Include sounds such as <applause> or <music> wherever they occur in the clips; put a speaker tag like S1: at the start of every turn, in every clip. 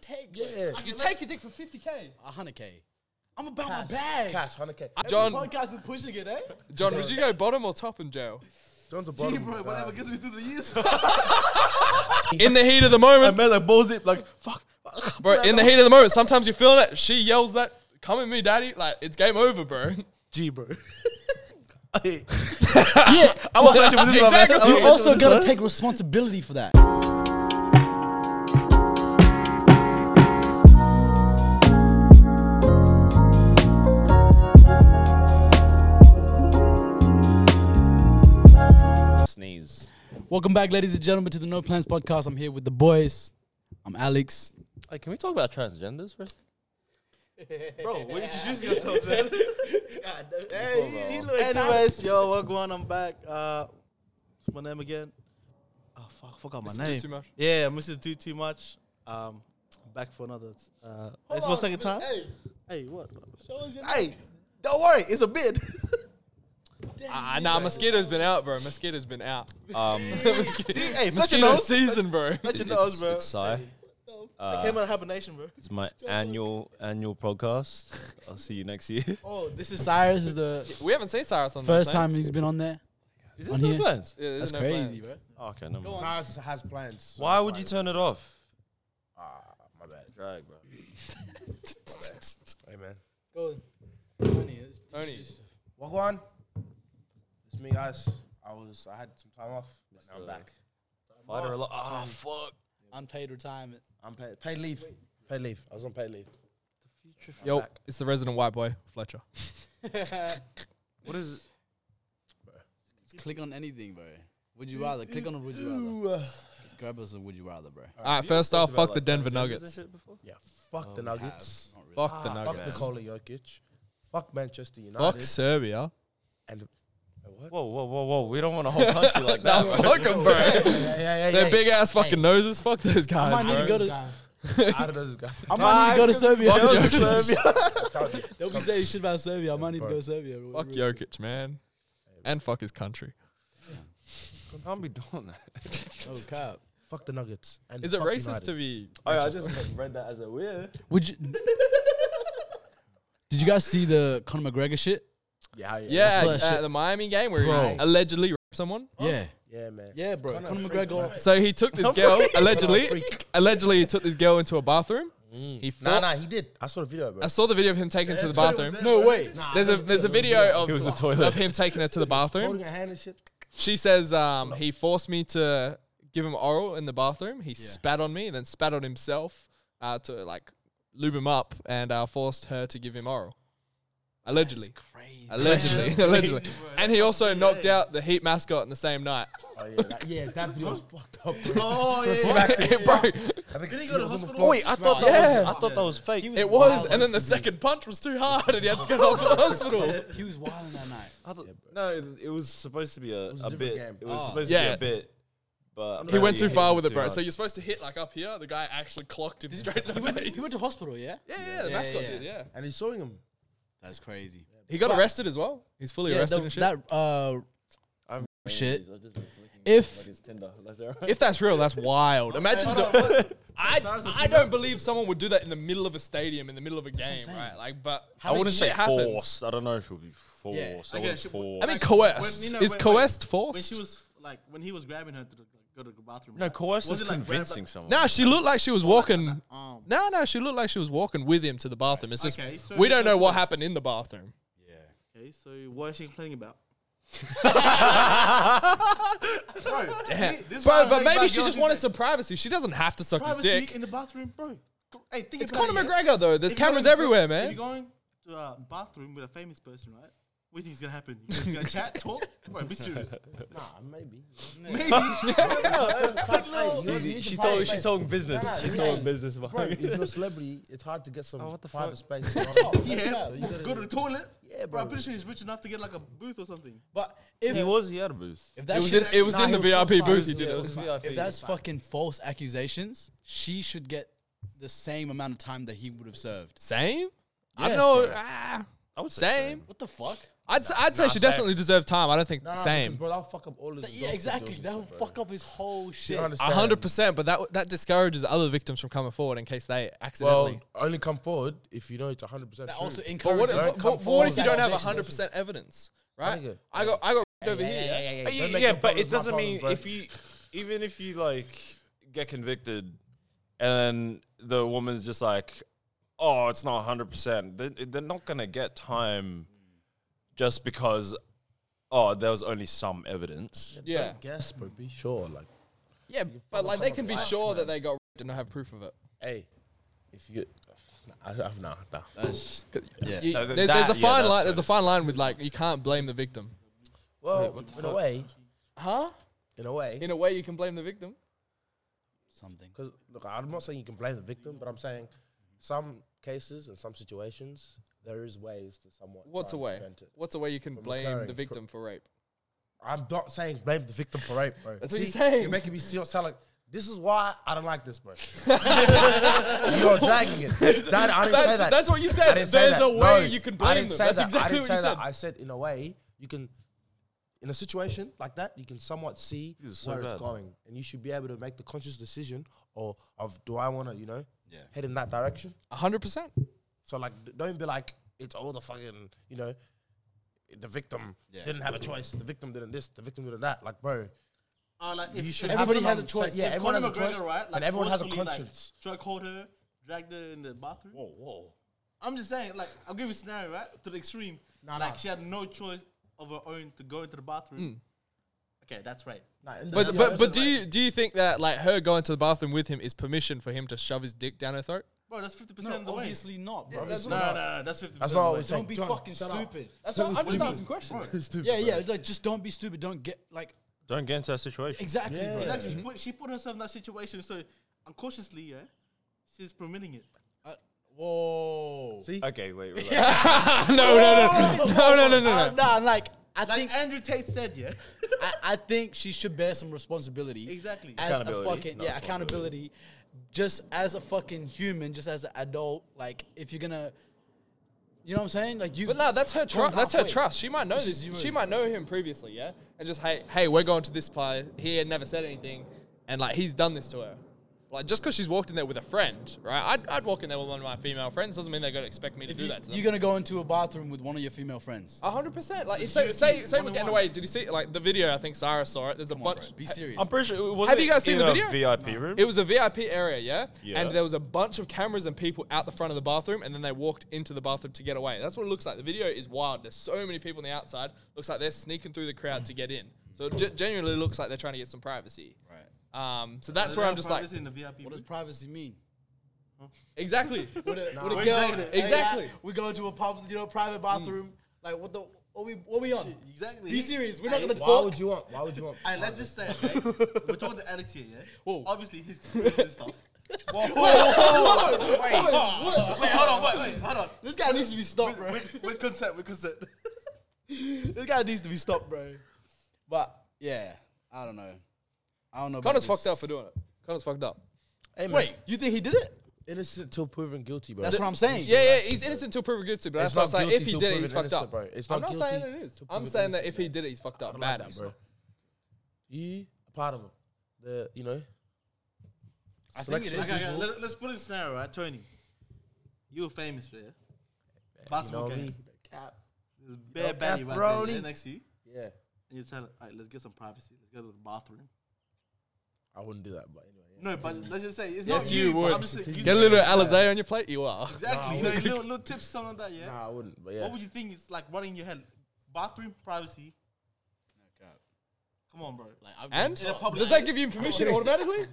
S1: take.
S2: Yeah.
S1: Like,
S3: You
S1: like,
S3: take your dick for 50k.
S2: 100k. I'm about
S1: Cash.
S2: my bag.
S1: cash, hundred k.
S3: John-
S1: podcast is pushing it, eh?
S3: John, would you go bottom or top in jail?
S2: Down to
S1: Gee,
S2: bottom.
S1: bro,
S2: nah.
S1: whatever gets me through the years.
S3: In the heat of the moment,
S1: man, like balls it, like fuck.
S3: bro. In the heat of the moment, sometimes you're feeling it. She yells that, "Come at me, daddy!" Like it's game over, bro.
S1: G, bro. <laughs>
S4: Yeah,
S1: I was actually with this one, man.
S3: Exactly.
S1: I was
S3: You
S4: you
S1: actually
S4: also
S1: with this
S4: gotta
S1: one.
S4: take responsibility for that.
S5: Sneeze.
S4: Welcome back, ladies and gentlemen, to the No Plans podcast. I'm here with the boys. I'm Alex.
S5: Hey, can we talk about transgenders for a
S1: Bro, we're introducing ourselves, man.
S5: he- he
S1: Anyways, yo, what going? on? I'm back. Uh, what's my name again? Oh fuck, I forgot my
S3: Mr. Do
S1: name.
S3: Too Much.
S1: Yeah, Mr. Do Too Much. Um, back for another. Uh, it's my second time. Hey, what? Hey, don't worry, it's
S2: <laughs>
S1: a bid.
S3: Ah, nah, mosquito's been out, bro. Mosquito's been out. Um,
S1: <laughs> hey, Fletcher
S3: Mosquito
S1: knows.
S3: season, bro.
S1: Fletcher knows,
S5: it's,
S1: bro.
S5: It's Sai.
S1: I
S5: Uh,
S1: came out of hibernation, bro.
S5: it's my annual annual podcast. <laughs> I'll see you next <laughs> year.
S4: Oh, this is Cyrus. Is the
S3: We haven't seen Cyrus on
S4: first
S3: the
S4: time he's been on there.
S5: Is
S4: On here?
S5: plans?
S3: Yeah, there's
S4: That's
S3: no
S4: crazy,
S3: plans.
S4: bro.
S5: Oh, okay, never mind.
S2: Taz has plans.
S5: Why would you turn it off?
S2: My bad.
S5: Drag, bro.
S2: Hey man.
S4: Go.
S3: Tony,
S2: Wagwan. It's me, guys. I was. I had some time off, but now I'm
S5: Mr.
S2: back.
S5: Fighter a lot. Ah, fuck.
S4: Unpaid retirement.
S2: I'm paid, paid leave. Paid leave. I was on paid leave.
S3: yo, it's the resident white boy, Fletcher.
S5: What is it?
S4: Just click on anything, bro. Would you rather? Click on a would you rather.
S1: uh,
S4: Just grab us a would you rather, bro.
S3: All right, first off, fuck the Denver Nuggets.
S2: Yeah. Fuck
S1: Oh,
S2: the Nuggets.
S4: Not really.
S1: Ah,
S3: Fuck the
S2: Fuck
S3: Nuggets.
S2: Nikola Jokic. Fuck Manchester United.
S3: Fuck Serbia.
S2: And Uh, what?
S5: Whoa, whoa, whoa, whoa. We don't want a whole
S3: <laughs>
S5: country like that. bro.
S3: Fuck them,
S5: <laughs>
S3: bro.
S2: Yeah, yeah, yeah.
S3: Their
S2: yeah.
S3: big ass fucking noses. Fuck those
S4: I
S3: guys,
S4: might need to
S3: bro.
S4: go to.
S2: I don't know this guy.
S4: I might need to go to Serbia.
S2: Can't be-
S4: Don't be
S2: can't-
S4: saying shit about Serbia. I might need to
S2: bro.
S4: go to Serbia. bro.
S3: Fuck Jokic, man. And fuck his country.
S5: Can't be doing that.
S4: Oh, cap.
S2: Fuck the Nuggets. And
S3: Is it
S2: fuck
S3: racist
S2: United.
S3: to be?
S5: I just read that as a weird.
S4: Would you? Did you guys see the Conor McGregor shit?
S2: Yeah, yeah.
S3: Yeah,
S4: saw that
S3: at
S4: shit.
S3: the Miami game where he
S4: Bro.
S3: allegedly raped someone.
S4: Yeah,
S2: Yeah, man.
S4: yeah, bro.
S2: Conor
S4: Conor,
S2: freak,
S4: McGregor.
S3: So he took this girl allegedly.
S2: Freak.
S3: Allegedly, he took this girl into a bathroom. He
S2: Nah,
S3: fought.
S2: nah, he did. I saw the video, bro.
S3: I saw the video of him taking her to the bathroom.
S4: No way.
S3: There's a there's a video of,
S5: It was the
S3: of
S5: toilet.
S3: him taking her to the bathroom.
S2: Holding her hand and shit.
S3: She says um, he forced me to give him oral in the bathroom. He spat on me, then spat on himself uh, to like lube him up, and uh, forced her to give him oral. Allegedly,
S4: Crazy.
S3: allegedly,
S4: <laughs>
S3: <laughs> allegedly. And he also knocked out the Heat mascot in the
S4: <laughs>
S3: same night.
S2: Oh, yeah, that, yeah, that video was fucked up, bro.
S4: Oh
S3: <laughs> bro,
S2: I think he was on the floor.
S5: Wait, I thought that
S3: Yeah.
S5: was I thought that was fake.
S3: it was. And then the second punch was too hard, and he had to go to
S4: <laughs>
S3: the hospital.
S4: He was wild that night.
S5: I thought, no, it- it was supposed to be a, a,
S2: different
S5: bit.
S2: game.
S5: It was
S4: Ah.
S5: supposed
S3: Yeah.
S5: to be a bit, but
S3: He went
S5: apparently
S3: too far
S5: hit
S3: with it,
S5: too
S3: bro.
S5: hard.
S3: So you're supposed to hit like up here. The guy actually clocked him straight in the
S4: <laughs>
S3: face.
S4: He went to hospital. Yeah,
S3: Yeah, yeah, the
S4: Yeah,
S3: mascot
S4: yeah.
S3: did. Yeah,
S2: And he's showing him.
S4: that's crazy.
S3: he got arrested as well. He's fully
S4: Yeah,
S3: arrested
S4: the-
S3: and shit.
S4: that uh,
S5: I've-
S4: shit.
S5: I've just been flicking
S4: If
S5: his Tinder left and right.
S3: If that's real, that's wild. Imagine. do- <laughs> I I don't believe someone would do that in the middle of a stadium, in the middle of a game, right? Like, but
S5: I wouldn't say
S3: shit happens.
S5: force. I don't know if it would be force.
S4: Yeah.
S5: I
S1: Okay,
S5: wouldn't
S1: she-
S5: force.
S3: I mean,
S1: Like,
S3: coerced.
S1: when- you know,
S3: Is
S1: when-
S3: coerced
S1: When
S3: forced?
S1: she was like, when he was grabbing her to the, go to the bathroom.
S5: no,
S1: like,
S5: coerce
S1: was
S5: is
S1: it, like, grabbed,
S5: convincing
S1: like,
S5: someone.
S3: no, she looked like she was walking.
S1: um,
S3: No, no, she looked like she was walking with him to the bathroom. It's just
S1: Okay, so
S3: we don't know
S1: that's-
S3: what happened in the bathroom.
S1: Okay, so what is she complaining about?
S3: Damn.
S1: this is why I
S3: Bro, but
S1: think
S3: maybe
S1: about
S3: she
S1: girls
S3: just
S1: these
S3: wanted
S1: days.
S3: some privacy. She doesn't have to suck his
S1: privacy
S3: dick.
S1: in the bathroom, bro. Go- Hey, think
S3: It's
S1: about
S3: Conor
S1: it, yeah?
S3: McGregor though. There's
S1: If you're
S3: cameras
S1: going-
S3: everywhere,
S1: If
S3: man.
S1: you're going to a bathroom with a famous person, right? What do you think's gonna happen? You guys
S2: <laughs>
S1: gonna chat, talk? Bro, be serious.
S2: Nah, maybe.
S1: Maybe.
S5: she's told. She's talking business.
S2: Nah, nah,
S5: she's
S2: nah.
S5: talking business.
S2: Bro,
S5: behind
S2: if
S5: it.
S2: you're a celebrity, it's hard to get some
S5: Oh, what the
S2: private space.
S1: yeah.
S2: You gotta-
S1: Go to the toilet.
S2: Yeah,
S1: Bro, I'm
S2: bro.
S1: pretty sure he's rich enough to get like a booth or something.
S4: but if
S5: He was. He had a booth.
S4: if
S3: It
S4: that
S3: was
S4: shit,
S3: in, it was
S2: nah,
S3: in the
S2: he was
S3: VIP
S2: full-size.
S3: booth. He
S5: Yeah,
S3: did
S5: it
S3: it.
S5: was VIP.
S4: if that's fucking false accusations, she should get the same amount of time that he would have served.
S3: Same. I
S4: Yes,
S3: know.
S4: bro.
S3: Ah,
S5: I would say
S3: same.
S4: What the fuck?
S3: I'd, say- I'd say
S2: nah,
S3: she
S2: same.
S3: definitely deserved time. I don't think
S2: Nah, nah, because,
S3: same.
S2: bro. That'll fuck up all his.
S4: yeah, exactly. That would fuck up his whole shit.
S3: A hundred percent, but that that discourages other victims from coming forward in case they accidentally.
S2: Well, only come forward if you know it's a hundred percent.
S4: That also
S3: but
S4: encourages.
S3: what,
S2: don't
S3: what,
S2: come
S3: what, what if you don't have a
S4: accusations.
S3: hundred percent evidence? Right?
S2: Nigga.
S3: I got I got rigged over here. yeah?
S5: Uh,
S2: Don't
S5: Yeah,
S2: make your
S5: but
S2: problems
S5: it
S2: my
S5: doesn't mean
S2: problems,
S5: if you, even if you like get convicted, and then the woman's just like, "Oh, it's not hundred percent." They're not gonna get time, just because, oh, there was only some evidence.
S3: Yeah,
S2: guess, bro. Be sure, like,
S3: yeah, but like they can be sure that they got rigged and not have proof of it.
S2: hey, if you, I, I've nah, nah.
S4: Yeah.
S3: You-
S5: Uh, th-
S3: there- there's a
S5: that- yeah,
S3: fine
S5: that's
S3: line.
S5: what
S3: There's a
S5: it's-
S3: fine line with like you can't blame the victim,
S2: Well, in a way,
S3: huh?
S2: in a way,
S3: In a way, you can blame the victim.
S4: Something.
S2: because look, I'm not saying you can blame the victim, but I'm saying some cases and some situations there is ways to somewhat.
S3: What's
S2: try and
S3: a way?
S2: prevent it.
S3: What's a way you can
S2: From
S3: blame
S2: occurring.
S3: the
S2: Pro-
S3: victim for rape?
S2: I'm not saying blame the victim for rape, bro.
S3: That's what you're saying.
S2: You're making me see sound like this is why I don't like this,
S3: <laughs>
S2: bro. you're dragging it. That I didn't say
S3: That's,
S2: that.
S3: that's what you
S2: I
S3: <laughs> said.
S2: didn't
S3: There's
S2: say that.
S3: a way
S2: No,
S3: you can
S2: I
S3: blame
S2: didn't
S3: them.
S2: say
S3: That's
S2: that. I
S3: exactly
S2: didn't
S3: what
S2: say
S3: you said.
S2: That. I said in a way you can, in a situation like that, you can somewhat see
S5: This is so
S2: where it's
S5: bad.
S2: going, and you should be able to make the conscious decision or of do I want to, you know,
S4: Yeah.
S2: head in that direction.
S3: hundred percent.
S2: So like, d- don't be like it's all the fucking, you know, the victim
S4: Yeah.
S2: didn't have a choice. The victim didn't this. The victim didn't that. Like, bro.
S1: Uh, like if,
S2: You
S1: if
S2: should
S1: everybody
S2: have
S1: has a
S2: some
S1: choice.
S2: say- yeah,
S1: If
S2: everyone
S1: Conor
S2: has a choice, and everyone has a
S1: forcefully,
S2: conscience.
S1: Like, drug called her, dragged her in the bathroom.
S4: Whoa, whoa.
S1: I'm just saying, like, I'll give you a scenario, right? To the extreme.
S2: Nah,
S1: like,
S2: nah.
S1: she had no choice of her own to go into the bathroom.
S2: Hmm.
S1: Okay, that's right.
S2: Nah, in the
S3: But
S2: end,
S3: but
S2: that's
S3: but do you do you think that like her going to the bathroom with him is permission for him to shove his dick down her throat?
S1: Bro, that's 50%
S4: No,
S1: of the way.
S4: obviously not, bro.
S1: No, no, no, that's 50%.
S2: That's not
S1: of the
S2: what
S1: way.
S2: we say.
S4: don't be
S2: John,
S4: fucking
S2: shut up.
S4: stupid.
S3: That's what, I'm just asking questions.
S2: Stupid,
S4: Yeah,
S2: bro.
S4: yeah. Like, just don't be stupid. Don't get like
S5: Don't get into that situation.
S4: exactly, bro.
S1: Exactly. She, put, she put herself in that situation, so unconsciously, yeah, she's permitting it.
S4: Uh, whoa.
S2: See,
S5: Okay, wait.
S3: <laughs> <laughs>
S5: relax.
S3: no no no no no no no.
S4: Uh,
S3: no.
S4: nah, like I
S1: Like
S4: think
S1: Andrew Tate said, yeah.
S4: I, I think she should bear some responsibility.
S1: Exactly.
S4: As a
S5: Accountability.
S4: fucking
S5: No,
S4: yeah,
S5: responsibility.
S4: accountability. Just as a fucking human, just as an adult, like if you're gonna, you know what I'm saying? Like you.
S3: But no, that's her
S4: Gone
S3: trust. That's her
S4: halfway.
S3: trust. She might know
S4: This
S3: this.
S4: is you.
S3: She might know him previously, yeah. And just hey, hey, we're going to this place. He had never said anything, and like he's done this to her. Like just because she's walked in there with a friend, right? I'd, I'd walk in there with one of my female friends doesn't mean they're gonna expect me to
S4: If
S3: do
S4: you,
S3: that to them. Oh.
S4: you're gonna go into a bathroom with one of your female friends.
S3: A hundred percent. Like, if say say say we're getting away. Did you see like the video? I think Sarah saw it. There's a
S4: Come on,
S3: bunch.
S4: bro. Be serious.
S5: I'm pretty sure. Was
S3: Have
S5: it
S3: you guys seen
S5: in
S3: the
S5: a
S3: video?
S5: VIP room.
S3: It was a VIP area, yeah?
S5: Yeah.
S3: And there was a bunch of cameras and people out the front of the bathroom, and then they walked into the bathroom to get away. That's what it looks like. The video is wild. There's so many people on the outside. Looks like they're sneaking through the crowd to get in. So it ge- genuinely looks like they're trying to get some privacy.
S4: right.
S3: Um, so that's where I'm just like,
S1: Privacy in the VIP
S4: What
S1: room.
S4: does privacy mean?
S3: exactly.
S4: With
S1: <laughs>
S4: a, with a
S1: Wait,
S4: girl,
S1: wait, wait.
S4: hey,
S3: Exactly.
S4: like, we go into a pub, you know, private bathroom. Like what the? What we? What we on?
S1: Exactly.
S4: Be serious. We're not
S1: Hey,
S4: gonna
S2: why
S4: talk.
S2: would you want? Why would you want?
S1: Alright, let's just say, okay? we're talking to Alex here, yeah?
S4: Whoa.
S1: Obviously, he's experienced this stuff.
S4: Wait,
S1: Wait, hold on, wait, wait, hold on.
S4: this guy needs to be stopped, bro.
S1: With, with consent, with consent.
S4: <laughs> this guy needs to be stopped, bro. But yeah, I don't know. I don't know. about
S3: Connor's
S4: this.
S3: fucked up for doing it. Connor's fucked up.
S2: Hey, man,
S4: Wait, you think he did it?
S2: innocent till proven guilty, bro.
S4: That's what I'm saying.
S3: Yeah, yeah, he's innocent till proven guilty, but
S2: It's
S3: that's what
S2: not
S3: I'm saying.
S2: guilty
S3: If he
S2: till
S3: did it,
S2: proven
S3: he's fucked
S2: innocent,
S3: up.
S2: bro. It's
S3: I'm
S2: not
S3: not saying
S2: guilty
S3: it is.
S2: till
S3: I'm
S2: proven
S3: saying that
S2: innocent,
S3: if he did it, he's fucked up.
S2: I don't
S3: Bad.
S2: like that, bro. You a part of them. The you know. I
S4: think it is.
S1: Okay, okay, let, let's put it in a scenario, right, Tony? You were famous, yeah? Basketball
S2: know
S1: game.
S2: me.
S1: Cap. There's bare
S2: cap,
S1: baddie right
S2: Broly.
S1: there, yeah, next to you.
S2: Yeah,
S1: And you tell her, all right, let's get some privacy. Let's go to the bathroom.
S2: I wouldn't do that, but anyway. yeah.
S1: No, but let's just say it's
S3: Yes,
S1: not
S3: you
S1: but
S3: would.
S1: I'm just saying-
S3: Get a little Alizé on your plate, you are.
S1: Exactly. you know, little, little tips, something like that, yeah?
S2: Nah, I wouldn't. But yeah.
S1: What would you think is like running your head? Bathroom privacy. Come on, bro. Like, I've
S3: <laughs> And
S1: In a public
S3: does that
S1: place.
S3: give you permission
S1: <laughs>
S3: automatically?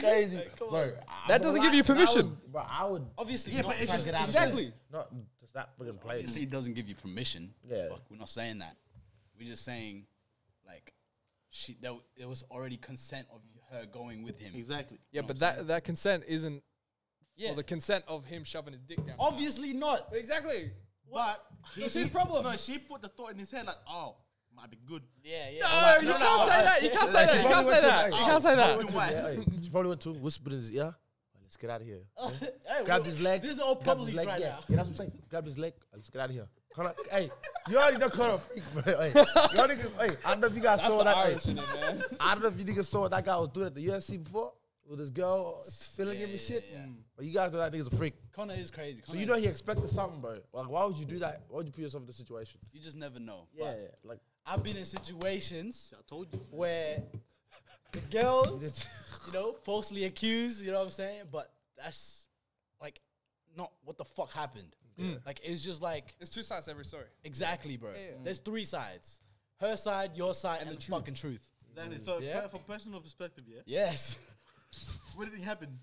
S2: crazy, bro?
S3: That doesn't give you permission.
S2: But I would
S4: Obviously,
S1: Yeah,
S4: not
S1: but if
S4: trying to
S1: it's-
S4: get out of
S1: exactly.
S4: this.
S2: not just that fucking place.
S4: Obviously, it doesn't give you permission.
S2: Yeah.
S4: Fuck, we're not saying that. We're just saying, like, she there, w- there was already consent of her going with him.
S1: Exactly.
S3: Yeah,
S4: No,
S3: but
S4: so-
S3: that that consent isn't.
S4: Yeah.
S3: Well, the consent of him shoving his dick down.
S1: Oh,
S4: Obviously not.
S3: Exactly.
S1: But
S3: That's his problem.
S1: No, she put the thought in his head like, oh, might be good.
S4: Yeah, yeah.
S3: No,
S4: Like,
S3: you
S1: no,
S3: can't
S2: <laughs>
S1: no,
S3: say
S1: I-
S3: that. You can't
S1: I-
S3: say that.
S2: She
S3: You
S2: probably
S3: can't
S2: went
S3: say
S2: to-
S3: that.
S2: hey,
S3: You can't say
S2: she
S3: that.
S1: went Why?
S2: probably went to- hey, She probably went to him, whispered in his ear. Let's get out of here.
S4: hey,
S2: Grab
S4: we-
S2: his leg.
S4: This is all
S2: grab his
S4: problems
S2: leg,
S4: right
S2: yeah.
S4: now.
S2: Yeah, that's what I'm saying. Grab his leg. Let's get out of here. Kind of, hey, you already done kind of freak, bro. Hey, y'all niggas, hey, I don't know if you guys saw that. hey, I don't know if you niggas saw what that guy was doing at the UFC before with his girl feeling him and shit. But you guys know that nigga's a freak.
S4: Connor is crazy.
S2: So
S4: Connor
S2: you know
S4: is-
S2: he expected something, bro. Like, why would you do that? Why would you put yourself in the situation?
S4: you just never know.
S2: Yeah,
S4: But
S2: yeah, like
S4: I've been in situations
S1: I told you.
S4: where the girls, you know, falsely accused, you know what I'm saying? But that's like not what the fuck happened. Like it's just like
S3: There's two sides to every story.
S4: exactly, bro. There's three sides. Her side, your side, and, the, fucking truth.
S6: Exactly. So
S4: Yeah.
S6: per- from personal perspective, yeah.
S4: Yes. <laughs>
S6: What did it happen?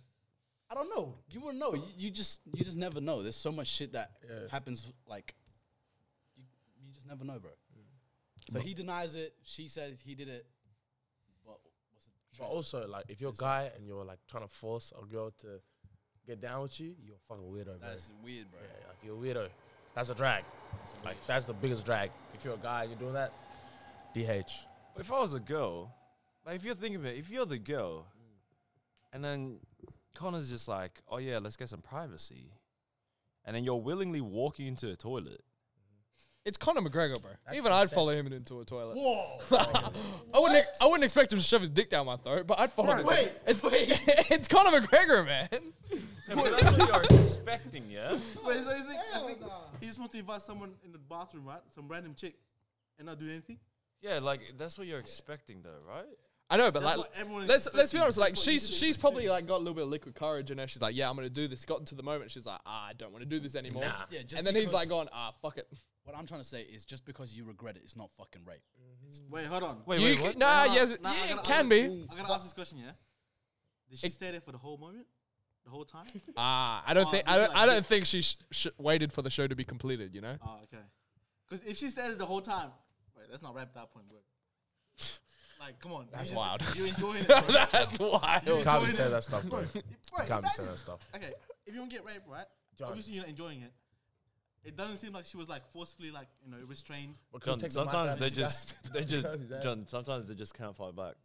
S4: I don't know. You wouldn't know. You, you just you just never know. There's so much shit that happens like you, you just never know, bro. So he denies it. She says he did it. But what's the
S2: But
S4: truth?
S2: also, like, if you're a guy and you're like trying to force a girl to get down with you, you're a fucking weirdo, bro.
S4: That's weird, bro.
S2: Yeah, like you're a weirdo. That's a drag. Like that's the biggest drag. If you're a guy and you're doing that, DH.
S5: If I was a girl, like if you're thinking of it, if you're the girl, and then Connor's just like, oh yeah, let's get some privacy, and then you're willingly walking into a toilet.
S3: It's Conor McGregor, bro. Even I'd follow him into a toilet.
S1: <laughs>
S6: Whoa.
S3: I wouldn't. I wouldn't expect him to shove his dick down my throat, but I'd follow him.
S6: wait,
S3: it's, <laughs> it's Conor McGregor, man.
S5: that's what you're expecting, yeah.
S6: Wait, so you think, I think he just wants to invite someone in the bathroom, right? Some random chick, and not do anything.
S5: Yeah, like that's what you're expecting, though, right?
S3: I know, but
S6: That's
S3: like,
S6: what everyone is
S3: let's let's be
S6: expecting.
S3: honest. Like,
S6: That's what
S3: she's
S6: you should
S3: she's probably like got a little bit of liquid courage in her. She's like, yeah, I'm gonna do this. Got into the moment, she's like, ah, I don't want to do this anymore.
S4: Yeah, just
S3: and then he's
S4: because-
S3: like, going, ah, fuck it.
S4: What I'm trying to say is just because you regret it, it's not fucking rape.
S6: Wait, hold on.
S5: Wait,
S3: you
S5: wait,
S3: ca-
S5: what?
S3: Nah,
S6: Nah,
S3: yes,
S6: nah, I
S3: yeah,
S6: gotta-
S3: it
S6: I
S3: can be.
S6: I gotta ask this question, yeah. Did she
S3: It-
S6: stay there for the whole moment, the whole time? <laughs>
S3: Ah, I don't
S6: Oh,
S3: think
S6: he's
S3: I don't
S6: like
S3: I
S6: this.
S3: don't think she sh- sh- waited for the show to be completed. You know,
S6: oh, okay. Because if she stayed there the whole time, wait, that's not wrapped up point, bro. Like, come on. That's
S3: wild.
S6: You
S3: <laughs>
S6: enjoying it? Bro.
S3: that's wild.
S2: You can't be saying that stuff, bro.
S6: Right,
S2: Can't be saying
S6: imagine-
S2: that stuff.
S6: Okay, if you don't get raped, right?
S2: John.
S6: Obviously, you're not enjoying it. It doesn't seem like she was like forcefully, like you know, restrained.
S5: John, sometimes they just, <laughs> they just,
S2: Is that-
S5: John. Sometimes they just can't fight back.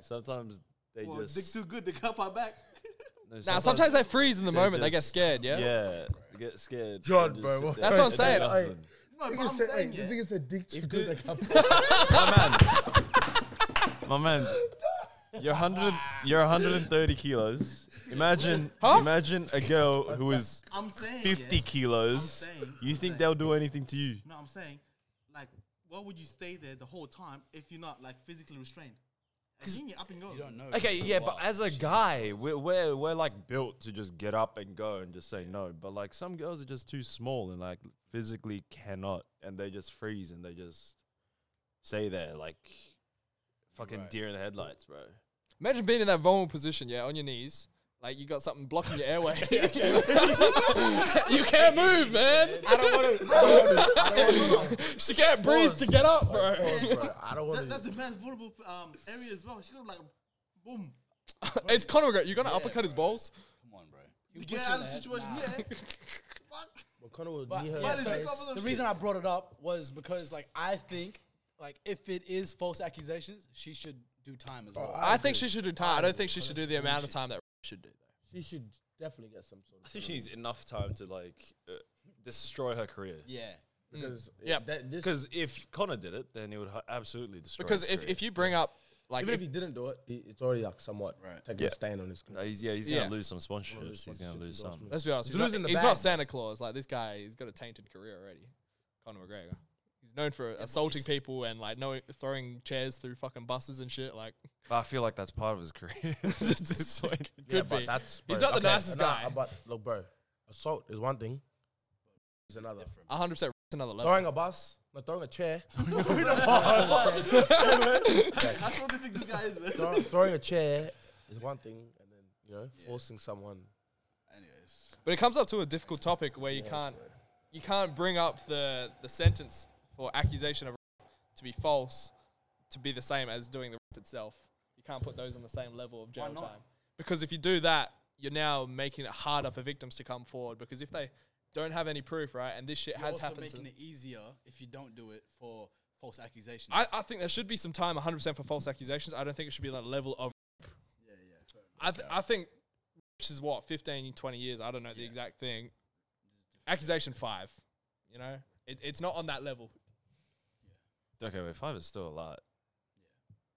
S5: Sometimes they
S6: Well,
S5: just.
S6: dig too good, the cup out back. <laughs>
S5: no,
S3: Now sometimes they freeze in the moment. They get
S5: just-
S3: scared. Yeah.
S5: yeah, they get scared.
S2: John,
S5: and just
S2: bro,
S5: sit
S2: what-
S5: there
S3: That's what I'm
S5: and do
S3: saying.
S5: nothing.
S6: No, but I'm saying, yeah.
S2: is a dick
S5: If the-
S2: <laughs>
S5: my man, my man, you're hundred, you're 130 kilos. Imagine, imagine a girl who is
S6: I'm saying, yeah.
S5: 50 kilos.
S6: I'm saying-
S5: You
S6: I'm
S5: think
S6: saying.
S5: they'll do anything to you?
S6: No, I'm saying, like, why would you stay there the whole time if you're not like physically restrained? And you can get up and go.
S4: You don't know.
S5: Okay, yeah, but
S4: Wow.
S5: as a guy, we're, we're we're like built to just get up and go and just say no. But like some girls are just too small and like physically cannot, and they just freeze and they just stay there like fucking
S4: right.
S5: deer in the headlights, bro.
S3: Imagine being in that vulnerable position. Yeah, on your knees. Like you got something blocking
S2: <laughs>
S3: your airway. <laughs> you can't move, man.
S2: I don't want to. I don't want to. I don't want to.
S3: <laughs> She can't breathe to get up, bro.
S2: I don't
S6: That,
S2: want
S6: that's
S2: to.
S6: the man's vulnerable um, area as well. She got like, boom.
S3: <laughs> it's Conor McGregor. You gonna uppercut his balls?
S4: Come on, bro.
S6: To get out of the situation, yeah. Fuck.
S2: Connor would
S4: But
S2: knee her.
S4: yeah,
S2: in the
S4: so
S6: they cover
S2: face.
S6: them
S4: the reason I brought it up was because like I think like if it is false accusations, she should do time as well.
S3: I, think she should do time. I don't think she should do the amount of time that should do.
S2: She should definitely get some sort
S5: I
S2: of.
S5: think she needs enough time to like uh, destroy her career.
S4: yeah.
S2: Because
S3: Yep.
S2: that- this-
S5: Because if Connor did it, then it would ha- absolutely destroy.
S3: Because
S5: his
S3: if,
S5: career.
S3: if you bring up like
S2: even if
S3: if,
S2: he didn't do it, it- it's already like somewhat taking
S5: Yeah.
S2: a stand on his.
S5: No, he's, yeah, he's gonna
S3: Yeah.
S5: lose some sponsorships.
S2: lose
S5: he's gonna
S2: sponsorships,
S5: lose
S2: he's
S5: some.
S2: lost
S3: let's be honest,
S2: He's
S3: he's, not,
S2: losing the
S3: he's not
S2: bag.
S3: Santa Claus. Like this guy, he's got a tainted career already. Conor McGregor. He's known for assaulting people and like knowing, throwing chairs through fucking buses and shit. Like
S5: But I feel like that's part of his <laughs> career. It's like-
S2: Yeah,
S3: could
S2: but
S3: be.
S2: that's
S3: He's
S2: bro,
S3: not the nicest
S2: nah,
S3: guy.
S2: But look, bro, assault is one thing. Is another.
S3: hundred percent another level.
S2: Throwing a bus, not throwing a chair.
S6: That's what they think this guy is, man. <laughs>
S2: Throw, throwing a chair is one thing, and then you know, forcing someone.
S4: Anyways.
S3: But it comes up to a difficult topic where you can't you can't bring up the the sentence for accusation of rape to be false to be the same as doing the rape itself. You can't put those on the same level of jail
S4: not?
S3: time because if you do that, you're now making it harder for victims to come forward because if they don't have any proof, right, and this shit
S4: You're
S3: has
S4: also
S3: happened. To
S4: making
S3: them.
S4: it easier if you don't do it for false accusations.
S3: I, I think there should be some time, 100% for false accusations. I don't think it should be that level of. Yeah, yeah. I, th- I think which is what 15, 20 years. I don't know the exact thing. Accusation five, you know, It, it's not on that level.
S5: Okay, wait, five is still a lot.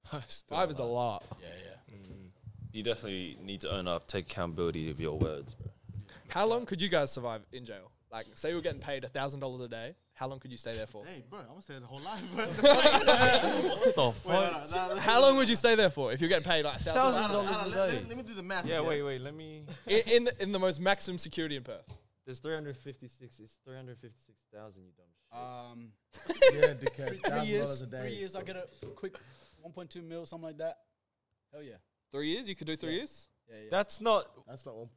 S5: Five is, <laughs> still
S3: Five is a lot.
S4: Yeah, yeah.
S5: You definitely need to own up, take accountability of your words, bro.
S3: How long could you guys survive in jail? Like, say we were getting paid thousand dollars a day. How long could you stay there for?
S6: Hey, bro, I'm gonna stay the whole life, bro. <laughs> what the fuck?
S3: How long would you stay there for if you're getting paid like thousand?
S6: let, let me- let me do the math.
S5: Yeah, wait, wait, let me.
S3: In, in the- in the most maximum security in Perth.
S5: There's 356. It's 356,000, you dumb shit.
S4: Um,
S2: yeah, <laughs> dickhead.
S4: three
S2: Thousand dollars
S4: years,
S2: a
S4: three
S2: day.
S4: years, I get a quick 1.2 mil, something like that. Hell yeah.
S3: Three years? You could do three years.
S4: Yeah, yeah.
S5: That's not.
S2: That's not one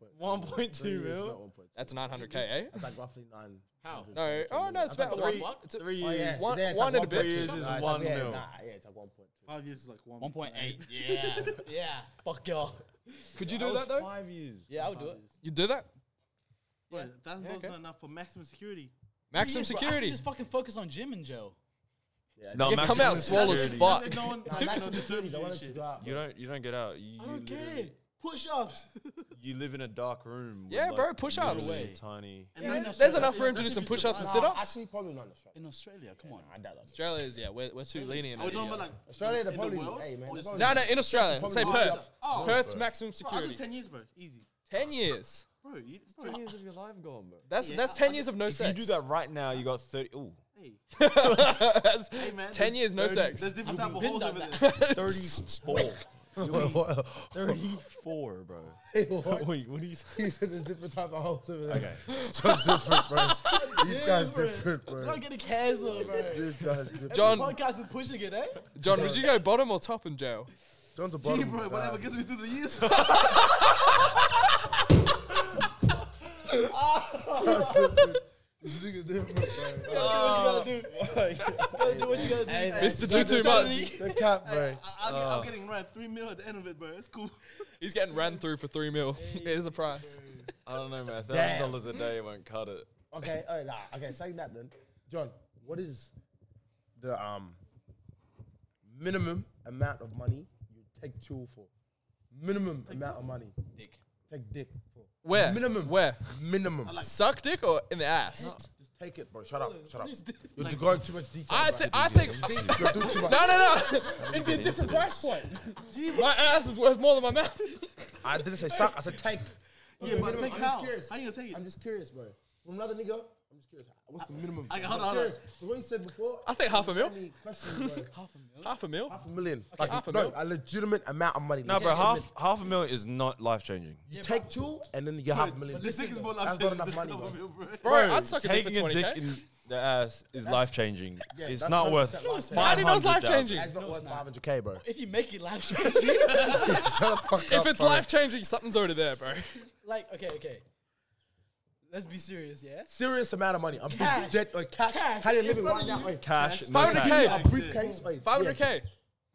S2: point.
S5: 1.2
S2: Three years is
S5: mil?
S2: Not one point.
S3: That's nine hundred k, eh?
S2: That's like roughly nine.
S4: How?
S3: No. Oh no, it's
S2: I thought
S3: about
S2: three-
S3: one. It's a-
S5: Three
S2: Oh,
S5: years.
S2: yeah.
S3: One-
S2: yeah, it's
S3: one
S2: like
S3: and a bit.
S2: point
S5: Three
S2: two.
S5: years is
S2: Nah, it's
S5: one
S2: like, yeah,
S5: mil.
S2: Nah, yeah, it's like one point two.
S6: Five years is like one.
S4: <laughs> 1.8. Yeah. yeah. Fuck y'all.
S3: Could you do that
S2: <laughs>
S3: though?
S2: Five years.
S4: Yeah, I would do it.
S3: You do that?
S6: Bro, thousand dollars
S3: okay.
S6: not enough for maximum security.
S3: Maximum
S4: Jeez, bro, I could
S3: security.
S4: just fucking focus on gym in jail.
S5: No,
S3: Yeah, come
S5: maximum
S3: out swole as
S5: security.
S3: fuck.
S6: They're going,
S2: Nah,
S6: you know,
S2: <laughs> that's the
S6: disturbance
S2: things I
S6: and
S2: wanted to
S6: shit.
S2: go out.
S5: You don't. You don't get out. You,
S6: I don't
S5: you
S6: care.
S5: literally-
S6: Push ups. <laughs>
S5: You live in a dark room. with,
S3: Yeah,
S5: like,
S3: bro, push-ups.
S5: literally
S4: Way.
S5: Tiny.
S3: Yeah, there's enough room to do some push-ups and
S2: Nah,
S3: sit-ups.
S2: Actually, probably not in Australia.
S4: In Australia, come on.
S2: I doubt that.
S7: <laughs>
S3: Australia is yeah, we're, we're too lenient.
S6: I
S3: on
S6: was
S3: these
S6: talking about
S3: guys.
S6: like
S2: Australia, the
S6: in
S2: probably
S6: world?
S2: hey man.
S6: Or
S2: it's
S6: just-
S2: probably-
S3: No, no, in Australia.
S2: Probably
S3: Say
S2: not.
S3: Perth.
S6: Oh,
S3: Perth's maximum
S6: bro, I'll do
S3: security.
S6: ten years, bro. Easy,
S3: Ten years.
S6: bro. You, bro,
S5: Ten years of your life gone, bro.
S3: That's
S6: Yeah,
S3: that's
S6: I-
S3: ten
S6: I-
S3: years of no
S5: If you
S3: sex.
S5: do
S3: <laughs>
S5: that right now, you got thirty. Ooh,
S6: Hey,
S3: That's
S6: hey, man.
S3: ten
S6: there's-
S3: years no sex.
S6: There's different type of
S4: been
S6: holes
S4: done
S6: over
S4: that.
S6: there.
S5: <laughs> thirty-four. Thirty-four, bro. <laughs> Wait, what are you?
S2: He said there's different type of hoes over there.
S5: Okay.
S7: That's different, bro. These guys different,
S2: <laughs>
S7: bro.
S6: Don't get it canceled, bro.
S7: These guys different.
S3: <laughs> John,
S6: Podcast is pushing it, eh?
S3: John, would you go bottom or top in jail?
S7: John's a
S6: Gee,
S7: bottom.
S6: bro,
S7: guy.
S6: whatever gets me through the years.
S7: This nigga's different, bro.
S6: Don't do what you gotta do. Hey,
S3: Mister do too
S7: <laughs>
S3: much.
S7: The cap, bro.
S6: I, I'll get, I'm getting around three mil at the end of it, bro. It's cool.
S3: He's getting ran through for three mil. <laughs> Here's the price.
S5: I don't know, man. Thousand dollars a day won't cut it.
S2: Okay, oh, nah, okay, saying that then. John, what is the um minimum amount of money you take tool for? Minimum amount of money.
S4: Dick.
S2: Take dick for.
S3: Where?
S2: Minimum.
S3: Where?
S2: Minimum.
S3: Suck dick or in the ass?
S2: Just take it, bro. Shut up. Shut up. You're
S6: Like-
S2: going too much detail.
S3: I,
S2: bro.
S3: th- I think.
S7: You're doing too much.
S3: <laughs> No, no, no. It'd be a different price point. My ass is worth more than my mouth. <laughs>
S2: I didn't say suck, I said take. What's
S6: Yeah,
S2: the
S6: but
S2: minimum?
S6: take
S2: I'm
S6: how?
S2: just curious.
S6: How you gonna take it?
S2: I'm just curious, bro. From another nigga, I'm just curious. What's the minimum?
S6: I- hold
S2: I'm
S6: on, hold
S2: curious.
S6: on.
S2: But What you said before?
S3: I think half a mil.
S2: any questions, bro.
S3: <laughs>
S4: Half a mil?
S3: Half a mil.
S2: half a million. like,
S3: half a
S2: no,
S3: mil.
S2: a legitimate amount of money.
S5: No,
S2: Like,
S5: bro,
S2: legitimate.
S5: half half a mil is not life changing.
S2: You take two, and then you get half a million.
S6: The sick is more life
S2: That's not
S6: changing
S2: enough
S6: than
S2: money,
S6: double
S2: bro.
S6: mil, bro.
S3: Bro, I'd suck a dick for
S5: Taking a
S3: twenty
S5: dick
S3: k.
S5: in the ass is life changing.
S2: yeah,
S5: it's
S2: that's
S5: not worth
S2: 100% life changing.
S3: How do you know it's life
S5: 500,000.
S3: changing?
S2: That's not worth 500k,
S6: <laughs>
S2: bro.
S4: If you make it <laughs> life changing,
S7: Shut the fuck up.
S3: If it's
S7: bro.
S3: life changing, something's already there, bro.
S4: like, okay, okay. Let's be serious, yeah?
S2: Serious amount of money. I'm
S4: Cash.
S2: dead. Like, cash.
S4: Cash.
S2: How you living
S4: It's
S2: right now? Oi,
S5: Cash, no
S3: Five hundred
S5: tax.
S3: k.
S2: A briefcase. oi,
S3: Five hundred k.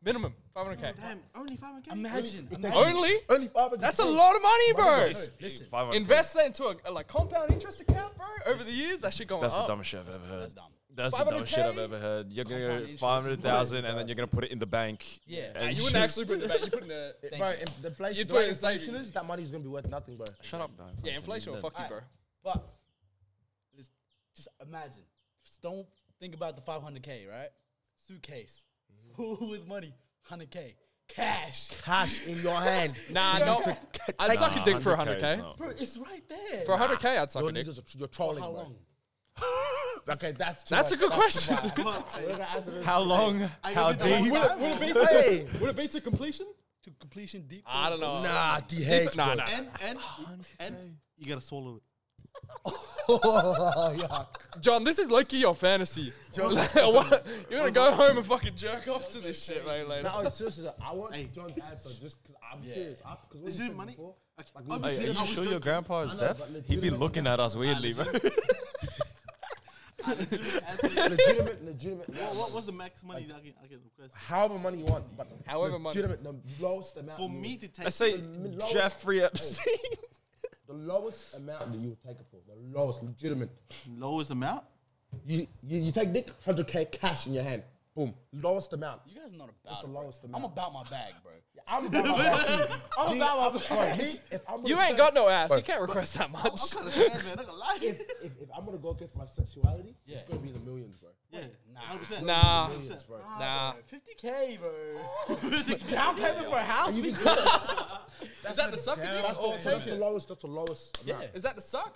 S3: Minimum. Five hundred
S1: Oh,
S3: k.
S6: Damn, only five hundred.
S4: Imagine. imagine-
S3: Only.
S2: yeah. Only 500.
S3: That's a lot of money, bro.
S4: Listen,
S5: 500.
S3: Invest that into a, a, like compound interest account, bro. Over the years, that shit going
S5: That's the
S3: up.
S5: dumbest shit I've ever heard.
S4: that's dumb.
S5: That's the dumbest shit I've
S3: 500K?
S5: ever heard. You're gonna
S4: Compound
S5: go
S4: interest.
S5: five hundred thousand and then you're gonna put it in the bank.
S4: Yeah.
S5: and
S3: Nah, you wouldn't
S5: just-
S3: actually put it in the bank. You put it in the.
S2: Bro, if the inflation,
S3: You
S2: the
S3: put
S2: way
S3: it in
S2: inflation
S3: savings.
S2: is that money's gonna be worth nothing, bro.
S5: Shut up, man.
S3: Yeah, inflation will fuck you, bro.
S4: But let's just imagine. Just don't think about the 500k, right? Suitcase. With money, 100k. Cash.
S2: Cash in your hand.
S3: <laughs> Nah, no.
S2: <laughs>
S3: I'd suck a dick for 100k.
S4: Bro, it's right there.
S3: For 100k, I'd suck
S2: Your
S3: a dick.
S2: niggas are tr- you're trolling,
S4: How
S2: bro.
S4: long?
S2: Okay, that's too
S3: That's a
S2: much. <laughs>
S3: good question.
S2: too much.
S6: But,
S2: We're gonna answer this.
S5: How long? How deep?
S3: Would it, would it be to,
S2: Hey,
S3: would it be to completion?
S4: To Ah, completion deep.
S3: <laughs> I don't know.
S2: nah, DH.
S3: Nah,
S2: bro.
S3: nah.
S6: and and and you gotta swallow it.
S2: Oh, yeah.
S3: John, this is low-key your fantasy. <laughs>
S7: John-
S3: What? You're gonna go home and fucking jerk off to this shit, mate. Later.
S2: <laughs> No, seriously, though, I want
S6: Hey.
S2: John's answer just because I'm curious. Because what
S6: Is
S2: you
S6: it
S2: said
S6: money?
S2: before,
S6: Okay.
S2: like, we-
S6: Obviously,
S5: Are
S6: I
S5: you
S6: was
S5: sure your
S6: joking.
S5: grandpa is
S2: know,
S5: deaf?
S2: but legit-
S5: He'd be looking at us weirdly, bro.
S6: I legitimately answered it.
S2: <laughs> legitimate, legitimate.
S6: What, what- what's the max money that I can, I can request?
S2: however money you want, but
S3: <laughs> However money.
S2: legitimate, the lowest amount
S6: For
S2: you
S6: me
S2: would-
S6: to take
S5: I <laughs> say
S2: lowest-
S5: Jeffrey Epstein. <laughs>
S2: the lowest amount that you would take it for, the lowest legitimate.
S5: <laughs>
S6: lowest amount.
S2: You you, you take dick, hundred k cash in your hand. Boom. Lowest amount.
S4: You guys are not about
S2: the
S4: it,
S2: lowest
S4: bro.
S2: amount.
S4: I'm about my bag, bro.
S2: I'm about
S3: <laughs>
S2: my bag.
S4: I'm about my
S2: Sorry, me, if I'm gonna
S3: You ain't
S2: go-
S3: got no ass. You can't request that much.
S6: I'm kind of scared, man. I'm gonna lie.
S2: If, if, if I'm gonna go against my sexuality,
S4: Yeah.
S2: it's gonna be in the millions, bro.
S6: Yeah,
S4: Nah.
S6: 100%.
S3: Nah,
S2: Millions, bro.
S3: nah.
S4: 50k, bro.
S6: Down payment for a house?
S2: You
S6: We
S2: can do that.
S3: Is that the suck?
S2: That's the, that's the lowest. That's the lowest amount.
S4: Yeah.
S3: Is that the suck?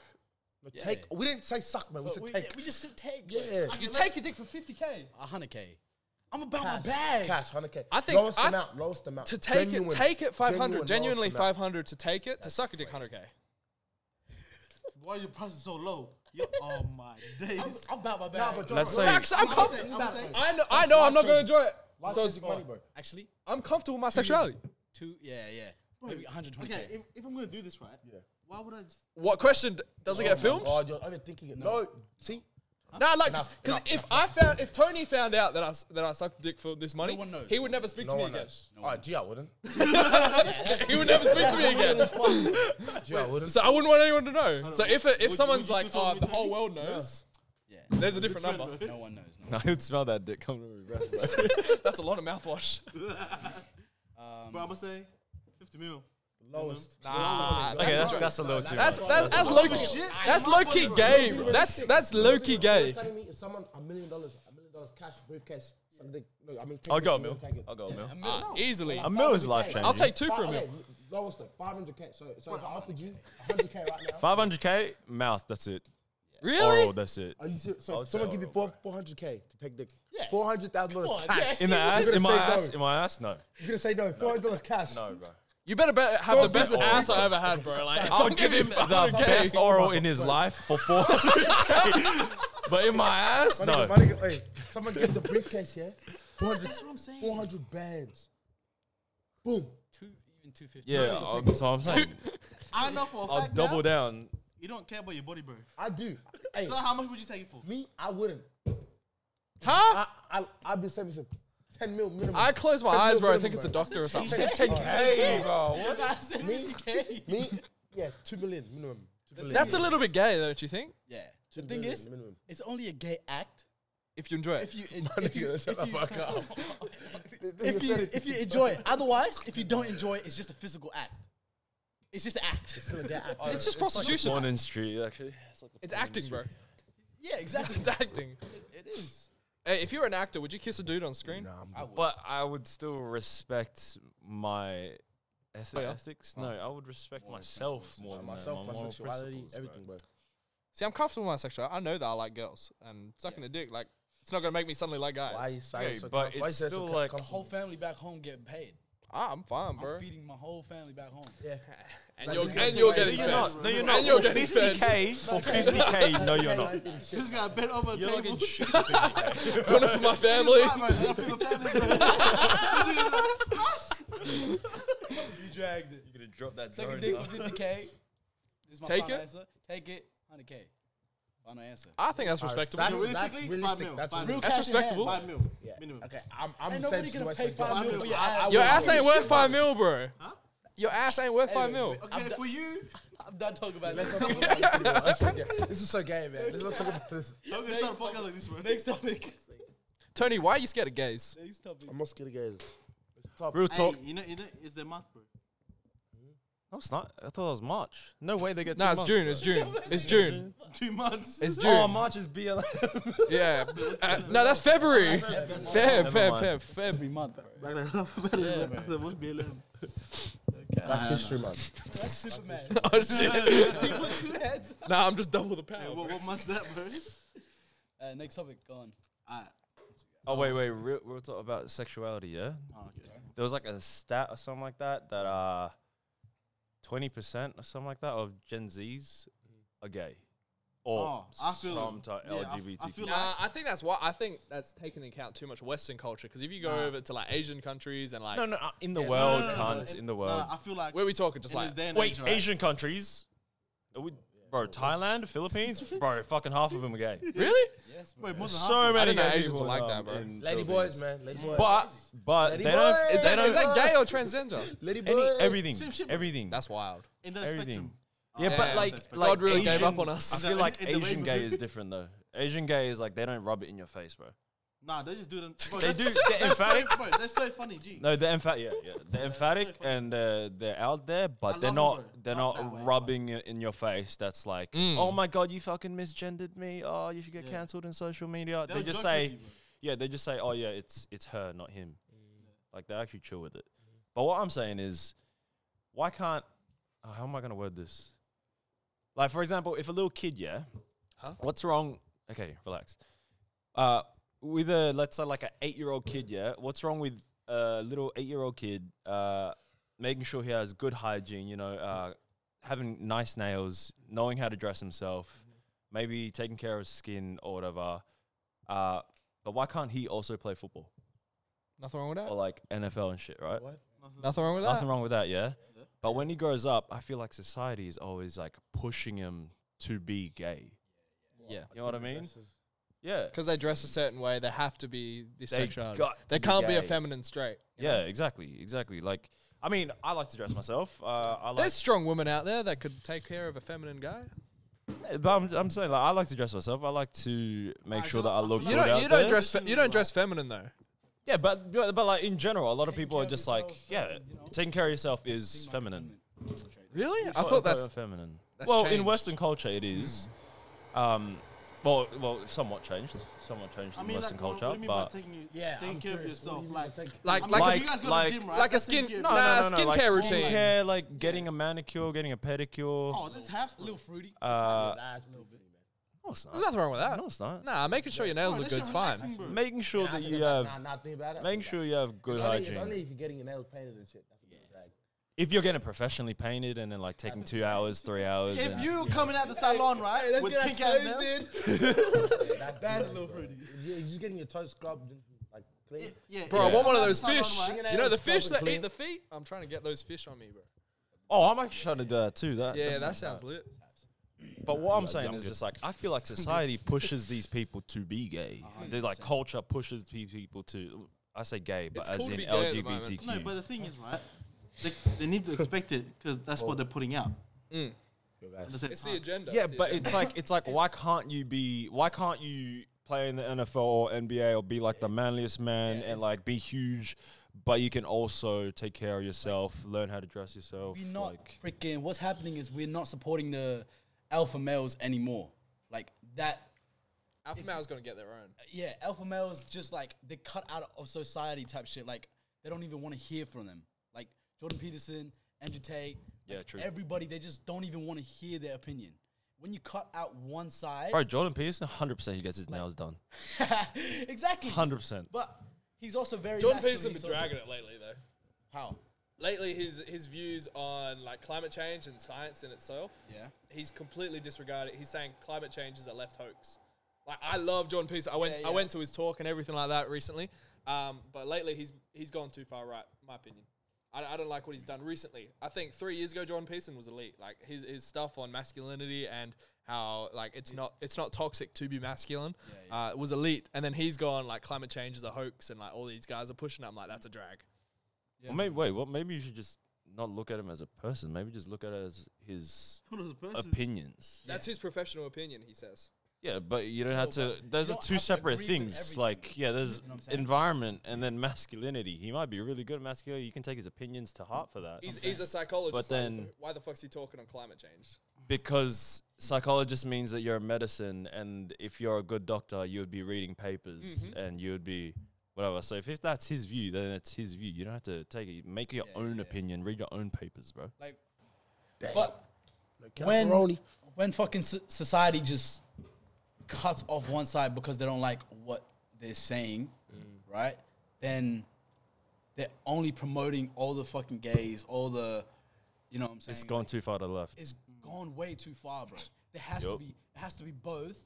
S2: No, Take. We didn't say suck, man. We said
S4: we,
S2: take.
S4: we just said take.
S2: Yeah.
S3: You take your dick for 50k.
S4: 100k. I'm about my bag.
S2: Cash, hundred k.
S3: I think-
S2: lowest
S3: I-
S2: amount. Lowest amount.
S3: To take
S2: Genuine-
S3: it, take it 500.
S2: genuine
S3: Genuinely
S2: lowest amount.
S3: 500 to take it. To suck a dick 100k.
S6: Why are your prices so low? Yo, oh my days.
S4: I'm about my bag.
S2: Nah, but
S5: Let's
S2: John,
S5: say-
S2: bro,
S3: Max, I'm
S6: saying-
S3: comfortable.
S6: I'm saying-
S3: I know, I know I'm not gonna enjoy it.
S2: why
S3: So
S2: chasing money, bro?
S4: Actually,
S3: I'm comfortable with my sexuality.
S4: two. Yeah, yeah. Maybe 120k.
S6: Okay, if, if I'm gonna do this right, yeah. why would I just
S3: What question d- does it get filmed?
S2: Oh, you're overthinking it. No, see,
S3: Nah, like,
S2: Enough,
S3: because
S2: enough,
S3: if
S2: enough,
S3: I found, if Tony found out that I s- that I sucked dick for this money,
S4: one knows.
S3: he would never speak
S2: no
S3: to me
S2: one
S3: again.
S2: knows. Oh, gee, I wouldn't.
S3: <laughs> He would never speak <laughs> to me again.
S2: Gee, I wouldn't.
S3: So I wouldn't want anyone to know. So
S6: know.
S3: if if
S6: Would-
S3: someone's
S6: would you
S3: like,
S6: still tell
S3: oh,
S6: me
S3: the
S6: to-
S3: whole world knows,
S4: Yeah.
S3: there's a different number.
S4: No one knows. No one
S5: I could smell that dick coming over your breath. bro.
S3: <laughs> That's a lot of mouthwash.
S6: bro, I'm gonna say 50 mil.
S2: Lowest.
S3: Nah,
S5: Ah, okay, that's, that's a little too
S3: that's
S5: much.
S3: that's, that's low key. That's low key gay. bro. That's that's low key
S2: You're
S3: gay.
S2: telling me if someone a million dollars, a million dollars cash briefcase, something. No, I mean, take
S5: I'll
S2: it,
S5: go a
S2: you
S5: mil.
S2: won't take it.
S5: I'll go a mil.
S3: Uh, easily.
S5: A mil is life changing.
S3: I'll take two
S2: Fi-
S3: for a
S2: okay,
S3: meal.
S2: lowest at 500k. So, so if I offered you 100k right now,
S5: 500k mouth. That's it. Oral.
S3: Really?
S5: That's it.
S2: are you serious? So
S5: I'll say
S2: someone give you
S5: oral,
S2: four, 400k to take the
S3: Yeah.
S2: four hundred thousand dollars
S3: on,
S2: cash.
S3: yeah.
S5: In the
S3: You're
S5: ass?
S2: gonna
S5: In my
S2: say
S5: ass?
S2: no.
S5: In my ass? No.
S2: You're gonna say no? Four hundred dollars cash.
S5: No, <laughs> bro.
S3: You better be- have the best
S5: oral.
S3: ass I ever had, bro. <laughs> Like,
S5: I'll give him the
S3: 100K.
S5: best oral
S2: <laughs>
S5: in his life for 400k. <laughs> But in my ass?
S2: My
S5: No.
S2: nigga, my nigga, hey, someone gets a briefcase, yeah? 400,
S6: That's what I'm saying.
S2: 400 bands. Boom.
S4: Two, even 250.
S5: Yeah,
S4: <laughs>
S5: um, so I'm saying
S6: I know for a
S5: I'll
S6: fact
S5: double
S6: now,
S5: down.
S6: you don't care about your body, bro.
S2: I do. Hey,
S6: So how much would you take it for?
S2: me, I wouldn't.
S3: Huh?
S2: I, I, I'd be saving some 10 mil minimum.
S3: I close my
S2: 10
S3: eyes,
S2: mil
S3: bro. I
S2: minimum,
S3: think it's a doctor or something.
S5: Hey, bro.
S2: Me, me, yeah, 2 million minimum. 2 million.
S3: That's a little bit gay, don't you think?
S4: <laughs> Yeah. The
S2: 2
S4: thing
S2: million
S4: is,
S2: minimum.
S4: it's only a gay act
S3: If you enjoy it.
S4: if you if you if you,
S2: Nigga
S4: if you,
S2: said it.
S4: if you enjoy it. Otherwise, if you don't enjoy it, it's just a physical act. It's just an act.
S3: it's just prostitution.
S5: Morning Street, actually. It's like the
S3: it's acting, bro.
S4: <laughs> yeah, exactly.
S3: It's acting.
S4: it is.
S3: Hey, if you were an actor, would you kiss a dude on screen?
S5: But I would still respect my eth-
S3: yeah?
S5: ethics. No, I would respect myself more than
S2: Uh, myself,
S5: that,
S2: my
S5: moral
S2: sexuality,
S5: principles, bro.
S2: everything, bro.
S3: See, I'm comfortable with my sexuality. I know that I like girls, and sucking a dick, like, it's not gonna make me suddenly like guys.
S2: Why you saying
S5: Yeah,
S2: so
S5: but
S2: com- why you
S5: it's
S2: saying so
S5: still
S2: com-
S5: like
S2: com-
S4: Whole family back home getting paid.
S3: Ah, I'm fine, bro.
S4: I'm feeding my whole family back home.
S3: and you're, and you're getting
S5: You're
S3: fed.
S5: not. No, you're not.
S3: And you're
S5: For
S3: getting fed.
S5: 50k for 50k. No, you're not.
S6: This guy bent over a
S5: You're
S6: table. <laughs>
S5: looking shit.
S3: <laughs> Doing it for my family.
S6: Right, bro, that's for the family, bro.
S4: You dragged it.
S5: You're gonna drop that
S4: Second dick for
S3: <laughs>
S4: 50k. This is my
S3: Take
S4: final
S3: it?
S4: answer. Take it. 100k. Final answer.
S3: I think that's respectable.
S2: That's,
S6: Realistically,
S2: that's
S6: five
S2: realistic.
S6: mil,
S2: That's
S6: five
S2: realistic.
S6: mil.
S4: Cash
S3: That's
S4: in hand,
S3: respectable.
S6: Five mil.
S2: Yeah.
S6: Minimum.
S2: Okay, I'm, I'm
S4: Ain't
S2: the same
S4: nobody gonna
S2: situation
S4: pay
S2: as John.
S4: five mil for your ass.
S3: Your
S2: I
S3: ass
S2: would-
S3: ain't worth five mil, bro. Your ass ain't worth five mil.
S4: Anyways,
S6: Okay, for you,
S4: I'm done talking about
S2: Let's
S4: this.
S2: not talk about this anymore. Yeah, This is so gay, man. Let's not talk about this.
S6: I'm gonna start a podcast like this, bro.
S4: Next topic.
S3: Tony, why are you scared of gays?
S4: Next topic.
S2: I'm not scared of gays. It's top.
S5: Real
S6: Hey,
S5: talk.
S6: you know, you know, it's their month, bro.
S5: No, it's not. I thought it was March. No way they get.
S3: No,
S5: two
S3: it's
S5: months,
S3: June.
S5: bro.
S3: It's June.
S5: <laughs>
S3: It's June.
S6: Two months. <laughs>
S3: It's
S5: Oh,
S3: June.
S5: March is BLM.
S3: Yeah. Uh, no, that's February. Feb,
S5: Never
S3: Feb,
S5: mind.
S3: Feb, Feb.
S5: <laughs>
S4: Every month,
S6: <laughs>
S4: bro.
S6: yeah, man. So what's BLM?
S2: Black History Month.
S4: That's Superman.
S3: Oh shit.
S4: He put two heads.
S3: nah, I'm just double the
S6: Hey,
S3: power.
S6: what, what month's that, bro? Oh,
S4: Uh, next topic, go on.
S6: Alright.
S5: Oh wait, wait. Real, we'll talk about sexuality. Yeah.
S6: Oh, okay.
S5: There was like a stat or something like that that uh, twenty percent or something like that of Gen Zs are gay,
S6: Oh,
S5: or
S6: I feel-
S5: some type
S6: yeah, I f- I
S5: LGBT.
S6: feel like-
S3: Nah, I think that's why. I think that's taken into account too much Western culture. Because if you go over to like Asian countries and like,
S5: no, no, uh, in the world, cunts, in the
S6: No,
S5: world.
S6: no, I feel like
S3: where we talking, just
S6: in
S3: like
S6: this day and
S5: Wait,
S6: age, right?
S5: Asian countries, Are we- bro, Thailand, Philippines, bro, fucking half of them are gay.
S3: really?
S6: Wait, more than half.
S5: So many
S3: didn't know
S5: Asians,
S3: Asians
S5: are
S3: were like
S5: um,
S3: that, bro.
S5: in
S2: Lady
S5: Philippines.
S2: boys, man. Lady boys.
S5: But but
S2: Lady
S5: they don't.
S2: boys.
S3: Is
S5: they
S3: that
S5: don't,
S3: is that gay or transgender?
S2: Lady
S5: any,
S2: boys.
S5: everything?
S6: Shim, shim, bro.
S5: everything.
S3: That's wild.
S6: In that
S5: Everything.
S6: spectrum.
S5: Yeah, but
S3: Yeah.
S5: like,
S6: God
S5: like
S3: really gave up
S5: Asian-
S3: on us.
S5: I feel like
S6: In the way
S5: Asian
S6: we-
S5: gay is different though. Asian gay is like they don't rub it in your face, bro.
S6: Nah, they just do them. Bro,
S5: They
S6: that's
S5: do
S6: so-
S5: get
S6: that's so-
S5: emphatic.
S6: bro, that's so funny, G.
S5: No, they're emphatic. Yeah, yeah. They're emphatic
S6: funny.
S5: and uh, they're out there, but
S6: I
S5: they're
S6: love
S5: not.
S6: 'em, bro.
S5: They're
S6: Love
S5: not
S6: that way,
S5: rubbing it in your face. That's like, oh my god, you fucking misgendered me. Oh, you should get cancelled in social media.
S6: They'll
S5: they just
S6: joke with
S5: say,
S6: you, bro.
S5: yeah, they just say, oh yeah, it's it's her, not him.
S6: Mm.
S5: Like they're actually chill with it.
S6: Mm-hmm.
S5: But what I'm saying is, why can't? oh, how am I gonna word this? Like for example, if a little kid, yeah, what's wrong? Okay, relax. Uh, with a let's say like an eight-year-old kid, yeah, what's wrong with a little eight-year-old kid? Uh, making sure he has good hygiene, you know, uh, having nice nails, knowing how to dress
S3: Mm-hmm.
S5: himself, maybe taking care of his skin or whatever. Uh, but why can't he also play football
S3: Nothing wrong with that.
S5: or like NFL and shit, right?
S3: Nothing wrong with that.
S5: Oh, Nothing wrong with that, yeah. But when he grows up, I feel like society is always like pushing him to be gay.
S3: Yeah.
S5: You know what I mean? Yeah.
S3: Because they dress a certain way, they have to be this
S5: They
S3: sexuality.
S5: got to
S3: They
S5: be
S3: can't be a
S5: gay.
S3: feminine straight. you know?
S5: Yeah, exactly, exactly. Like, I mean, I like to dress myself. Uh, I like,
S3: There's strong women out there that could take care of a feminine guy.
S5: but I'm, I'm saying like I like to dress myself. I like to make sure that I look.
S3: You
S5: good
S3: don't.
S5: out
S3: You don't
S5: there.
S3: dress. Fe- you don't dress feminine though.
S5: Yeah, but but but, like in general, a lot of people are just like, yeah, taking care of yourself is feminine.
S3: Really? I thought that's.
S5: feminine.
S3: that's
S5: well, in
S3: changed.
S5: Western culture, it is. Um, well, well, somewhat changed. Somewhat changed
S6: I
S5: in
S6: mean,
S5: Western
S6: like, what-
S5: culture,
S6: what do you mean by
S5: but
S6: taking you,
S2: Yeah,
S6: taking
S2: I'm
S6: care of
S2: curious.
S6: yourself? Like,
S3: Like-
S6: I'm
S3: like
S6: like,
S5: a-
S6: you guys go to the
S5: like-
S6: gym, right?
S3: like a
S6: That's
S3: skin,
S6: taking care
S3: nah,
S6: of-
S3: skincare routine.
S5: skincare, like getting a manicure, getting a pedicure.
S6: Oh, that's half a little fruity.
S5: uh, no, it's
S3: There's
S5: not.
S3: nothing wrong with that.
S5: No, it's not.
S3: Nah, making sure your nails
S6: Bro,
S3: look
S6: that
S3: good
S6: shit
S3: is
S6: relaxing,
S3: fine.
S6: bro.
S5: Making sure
S2: Nah, I
S5: that
S2: think
S5: you
S2: about-
S5: have,
S2: nah, nah, think about it. I
S5: making
S2: think about
S5: sure you have good
S2: it. It's only, it's
S5: hygiene.
S2: only if you're getting your nails painted and shit. That's a bit drag.
S5: if you're getting professionally painted and then like taking two hours, three hours,
S6: If
S5: and-
S6: you coming out the salon, right?
S2: let's
S6: with
S2: get our
S6: pink ass
S2: toes
S6: nails,
S2: That's, a little fruity. You're just getting your toes scrubbed and like clean.
S6: yeah,
S3: Bro, I
S6: yeah.
S3: want one of those
S6: Salon,
S3: fish.
S6: right?
S3: You know the
S2: Fingernails
S3: fish that
S2: probably
S3: eat the feet. I'm trying to get those fish on me, bro.
S5: oh, I'm actually trying to do that too. That
S3: Yeah,
S5: that's-
S3: that sounds lit.
S5: But what I'm saying is just like I feel like <laughs> society pushes these people to be gay. They're like culture pushes pe- people to. I say gay, but
S3: It's
S5: as
S3: cool to
S5: in
S3: be gay at the moment.
S5: LGBTQ.
S6: No, but the thing is, right? They, they need to expect it because that's what they're putting out. At the same
S3: Mm. It's
S6: time.
S3: the agenda.
S5: yeah,
S3: <laughs> it's the
S5: but
S3: agenda.
S5: it's like it's like why can't you be? Why can't you play in the NFL or NBA or be like the manliest man and like be huge, but you can also take care of yourself, learn how to dress yourself.
S4: We're not
S5: like,
S4: freaking. What's happening is we're not supporting the alpha males anymore. Like that.
S3: alpha male's gonna get their own.
S4: Yeah, alpha males just like they're cut out of society type shit. Like they don't even want to hear from them. Like Jordan Peterson, Andrew Tate.
S5: Yeah,
S4: like,
S5: true.
S4: Everybody, they just don't even want to hear their opinion. When you cut out one side,
S5: bro, Jordan Peterson, hundred percent, he gets his nails done,
S4: <laughs> exactly.
S5: hundred percent.
S4: But he's also very.
S3: Jordan
S4: masculine,
S3: Peterson
S4: he's
S3: been
S4: also-
S3: dragging it lately though.
S4: How?
S3: Lately, his his views on like climate change and science in itself.
S4: Yeah.
S3: he's completely disregarded. He's saying climate change is a left hoax. Like I love John Peterson. I went
S4: Yeah, yeah.
S3: I went to his talk and everything like that recently. Um, but lately he's he's gone too far right, in my opinion. I, I don't like what he's done recently. I think three years ago John Peterson was elite. Like his his stuff on masculinity and how like it's not it's not toxic to be masculine. Uh, was elite, and then he's gone like climate change is a hoax, and like all these guys are pushing. it. I'm like that's a drag.
S5: Well, maybe wait. Well, maybe you should just not look at him as a person. Maybe just look at it as his opinions.
S3: That's his professional opinion. He says.
S5: Yeah, but you don't have to. Those
S4: you
S5: are
S4: don't
S5: two
S4: have to agree
S5: separate
S4: with
S5: things.
S4: everything.
S5: Like, yeah, there's
S4: what I'm saying?
S5: environment and then masculinity. He might be really good at masculinity. You can take his opinions to heart for that.
S3: He's, he's a psychologist.
S5: But
S3: like,
S5: then-
S3: why the fuck's he talking on climate change?
S5: Because psychologist means that you're a medicine, and if you're a good doctor, you would be reading papers
S4: Mm-hmm.
S5: and you would be whatever. So if, if that's his view, then it's his view. You don't have to take it. Make your own opinion. Read your own papers, bro.
S4: Like, but when when fucking so- society just cuts off one side because they don't like what they're saying,
S5: Mm.
S4: right? Then they're only promoting all the fucking gays, all the, you know what I'm saying?
S5: It's gone too far to the left.
S4: It's gone way too far, bro. There has to
S5: Yup.
S4: be it has to be both,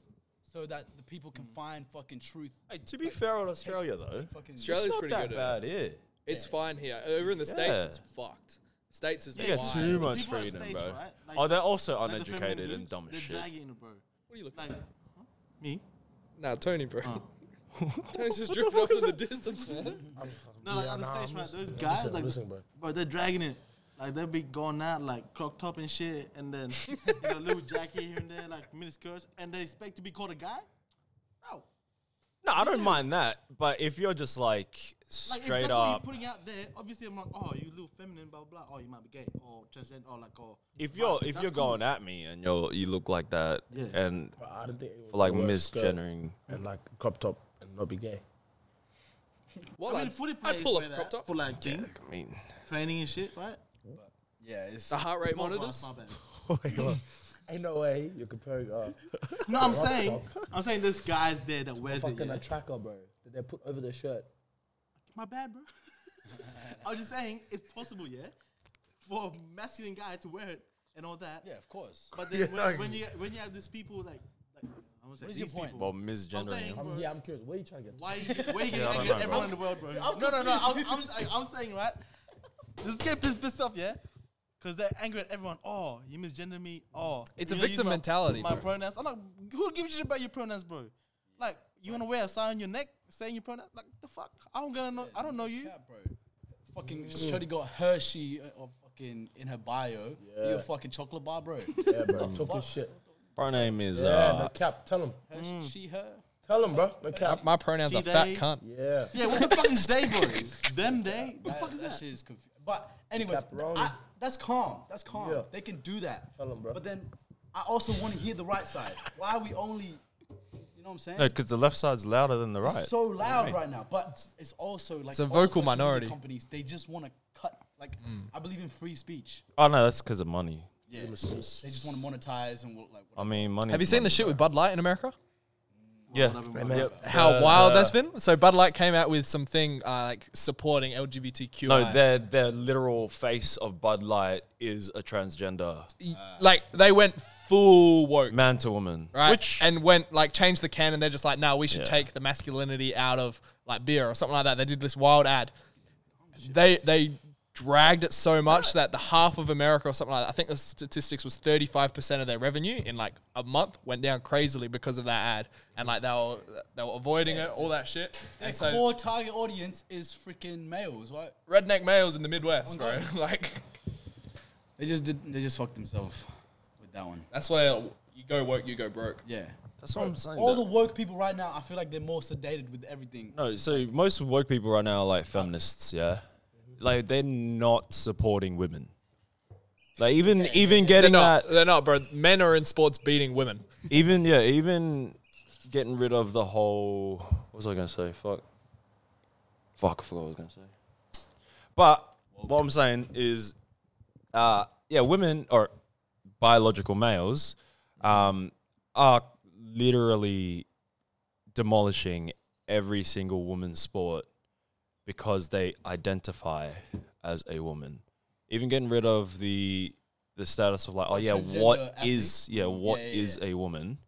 S4: so that the people can find fucking truth.
S5: Hey, to be fair on Australia though,
S4: Fucking
S3: Australia's
S5: it's not
S3: pretty
S5: that
S3: good. At it.
S5: bad here.
S3: It's fine here. Over in the states,
S5: Yeah.
S3: it's fucked. States is
S5: You got
S3: wild.
S5: too
S3: what
S5: much
S6: People at
S5: freedom,
S6: stage,
S5: bro.
S6: right? Like-
S5: oh, they're also
S6: Like the
S5: uneducated
S6: feminine
S5: and
S6: dudes,
S5: dumb as
S6: they're
S5: shit.
S6: dragging it, bro.
S3: are you looking
S6: Like,
S3: at?
S6: me?
S3: Nah, Tony, bro.
S5: Oh.
S3: <laughs>
S5: <laughs>
S3: Tony's just drifting off in the distance, man.
S6: No, like on the stage, right? Those guys, like, bro. they're dragging it. Like they'll be going out like crop top and shit, and then you know, little jacket here and there, like miniskirts, and they expect to be called a guy. Bro,
S5: No, I don't mind that. But if you're just
S1: Like,
S5: like
S1: if
S5: straight
S1: that's what you're
S5: up,
S1: putting out there, obviously I'm like, oh, you little feminine, blah, blah, blah. Oh, you might be gay or transgender or like, or.
S5: if you're if
S1: that's
S5: you're
S1: cool.
S5: going at me and you you look like that
S1: Yeah.
S5: and
S2: I didn't think it was
S5: like
S2: the worst skirt
S5: misgendering,
S2: and like crop top and not be gay.
S3: What?
S1: I mean,
S3: I'd-
S1: footy
S3: I'd
S1: players
S3: pull
S1: wear
S3: up crop
S1: that
S3: top.
S1: for like team
S5: I mean,
S1: training and shit, right?
S4: Yeah, it's
S3: The heart rate
S1: Small
S3: monitors.
S1: bars, my bad.
S2: Oh my god. Ain't no way you're comparing uh
S1: No, I'm saying, I'm saying there's guys there that wears it.
S2: fucking
S1: Yeah.
S2: a tracker, bro. That they put over the shirt.
S1: My bad, bro. <laughs> I was just saying it's possible, yeah, for a masculine guy to wear it and all that.
S4: yeah, of course.
S1: But then when, when you when you have these people like, like I was say
S4: What is
S1: these
S4: your point?
S1: people.
S5: well,
S1: I'm
S5: misgendering.
S1: saying,
S2: I'm,
S1: bro,
S2: yeah, I'm curious. What are you trying to get?
S1: why why are you getting
S5: I
S1: angry at
S5: don't know, bro.
S1: everyone in the world, bro? no, no, no. I'm, I'm, si am saying right. This guy pissed, pissed off, yeah, because they're angry at everyone. Oh, you misgender me. Oh,
S3: It's
S1: you
S3: a
S1: know, use
S3: victim
S1: my-
S3: mentality,
S1: My
S3: bro.
S1: pronouns. I'm like, who gives a shit about your pronouns, bro? Like, you want to wear a sign on your neck saying your pronouns? Like, the fuck? I don't gonna know. I don't know you.
S4: Yeah, bro. Fucking
S5: Mm.
S4: Shorty got Hershey uh, or fucking in her bio. You a fucking chocolate bar,
S5: <laughs>
S4: bro.
S2: Yeah, bro. Talking shit.
S5: Her name is
S2: Yeah,
S5: uh,
S2: no cap. Tell him.
S4: Hershey, She, her.
S2: Tell him, bro. No cap.
S3: My pronouns
S1: She,
S3: are fat
S1: they-
S3: cunt.
S2: Yeah.
S1: Yeah, what the fuck is they, bro? Them they? The
S4: That-
S1: fuck is
S4: that
S1: that?
S4: shit is confusing. But anyways,
S2: Pepperoni.
S4: I, that's calm. That's calm.
S2: Yeah.
S4: They can do that.
S2: Tell 'em, bro.
S4: But then I also want to hear the right side. Why are we only, you know what I'm saying?
S5: no, because the left side's louder than the
S4: It's
S5: right.
S4: so loud right. now, but it's also like
S3: a
S4: all
S3: vocal
S4: social media
S3: minority. Mm.
S4: Companies they just want to cut. Like I believe in free speech.
S5: oh no, that's because of money.
S4: Yeah, they just want to monetize and what, like.
S5: I mean, money.
S3: Have you
S5: is
S3: seen
S5: money.
S3: the shit with Bud Light in America?
S5: Yeah. Yep.
S3: How
S5: Uh,
S3: wild that's been. So Bud Light came out with something uh, like supporting LGBTQ.
S5: No, their their literal face of Bud Light is a transgender
S3: like they went full woke,
S5: man to woman.
S3: right?
S5: Which
S3: and went like changed the can, and they're just like, no, we should
S5: Yeah.
S3: take the masculinity out of like beer or something like that. They did this wild ad. They they dragged it so much that the half of America or something like that. I think the statistics was thirty five percent of their revenue in like a month went down crazily because of that ad, and like they were they were avoiding it, all that shit.
S4: Their
S3: And so
S4: core target audience is freaking males, right?
S3: redneck males in the Midwest, bro. <laughs> like
S4: They just did. They just fucked themselves with that one.
S3: that's where you go woke, you go broke.
S4: Yeah.
S5: that's what I'm saying.
S4: All
S5: that-
S4: the woke people right now, I feel like they're more sedated with everything.
S5: No, so most woke people right now are like feminists, yeah. Like they're not supporting women. Like even even
S3: They're
S5: getting
S3: not.
S5: that
S3: They're not, bro. Men are in sports beating women.
S5: even yeah, even getting rid of the whole what was I gonna say? Fuck. Fuck, I forgot what I was gonna say. But what I'm saying is uh yeah, women or biological males um are literally demolishing every single woman's sport because they identify as a woman. Even getting rid of the the status of like, oh yeah, what
S4: transgender
S5: is yeah, what is
S4: Yeah, yeah,
S5: a woman?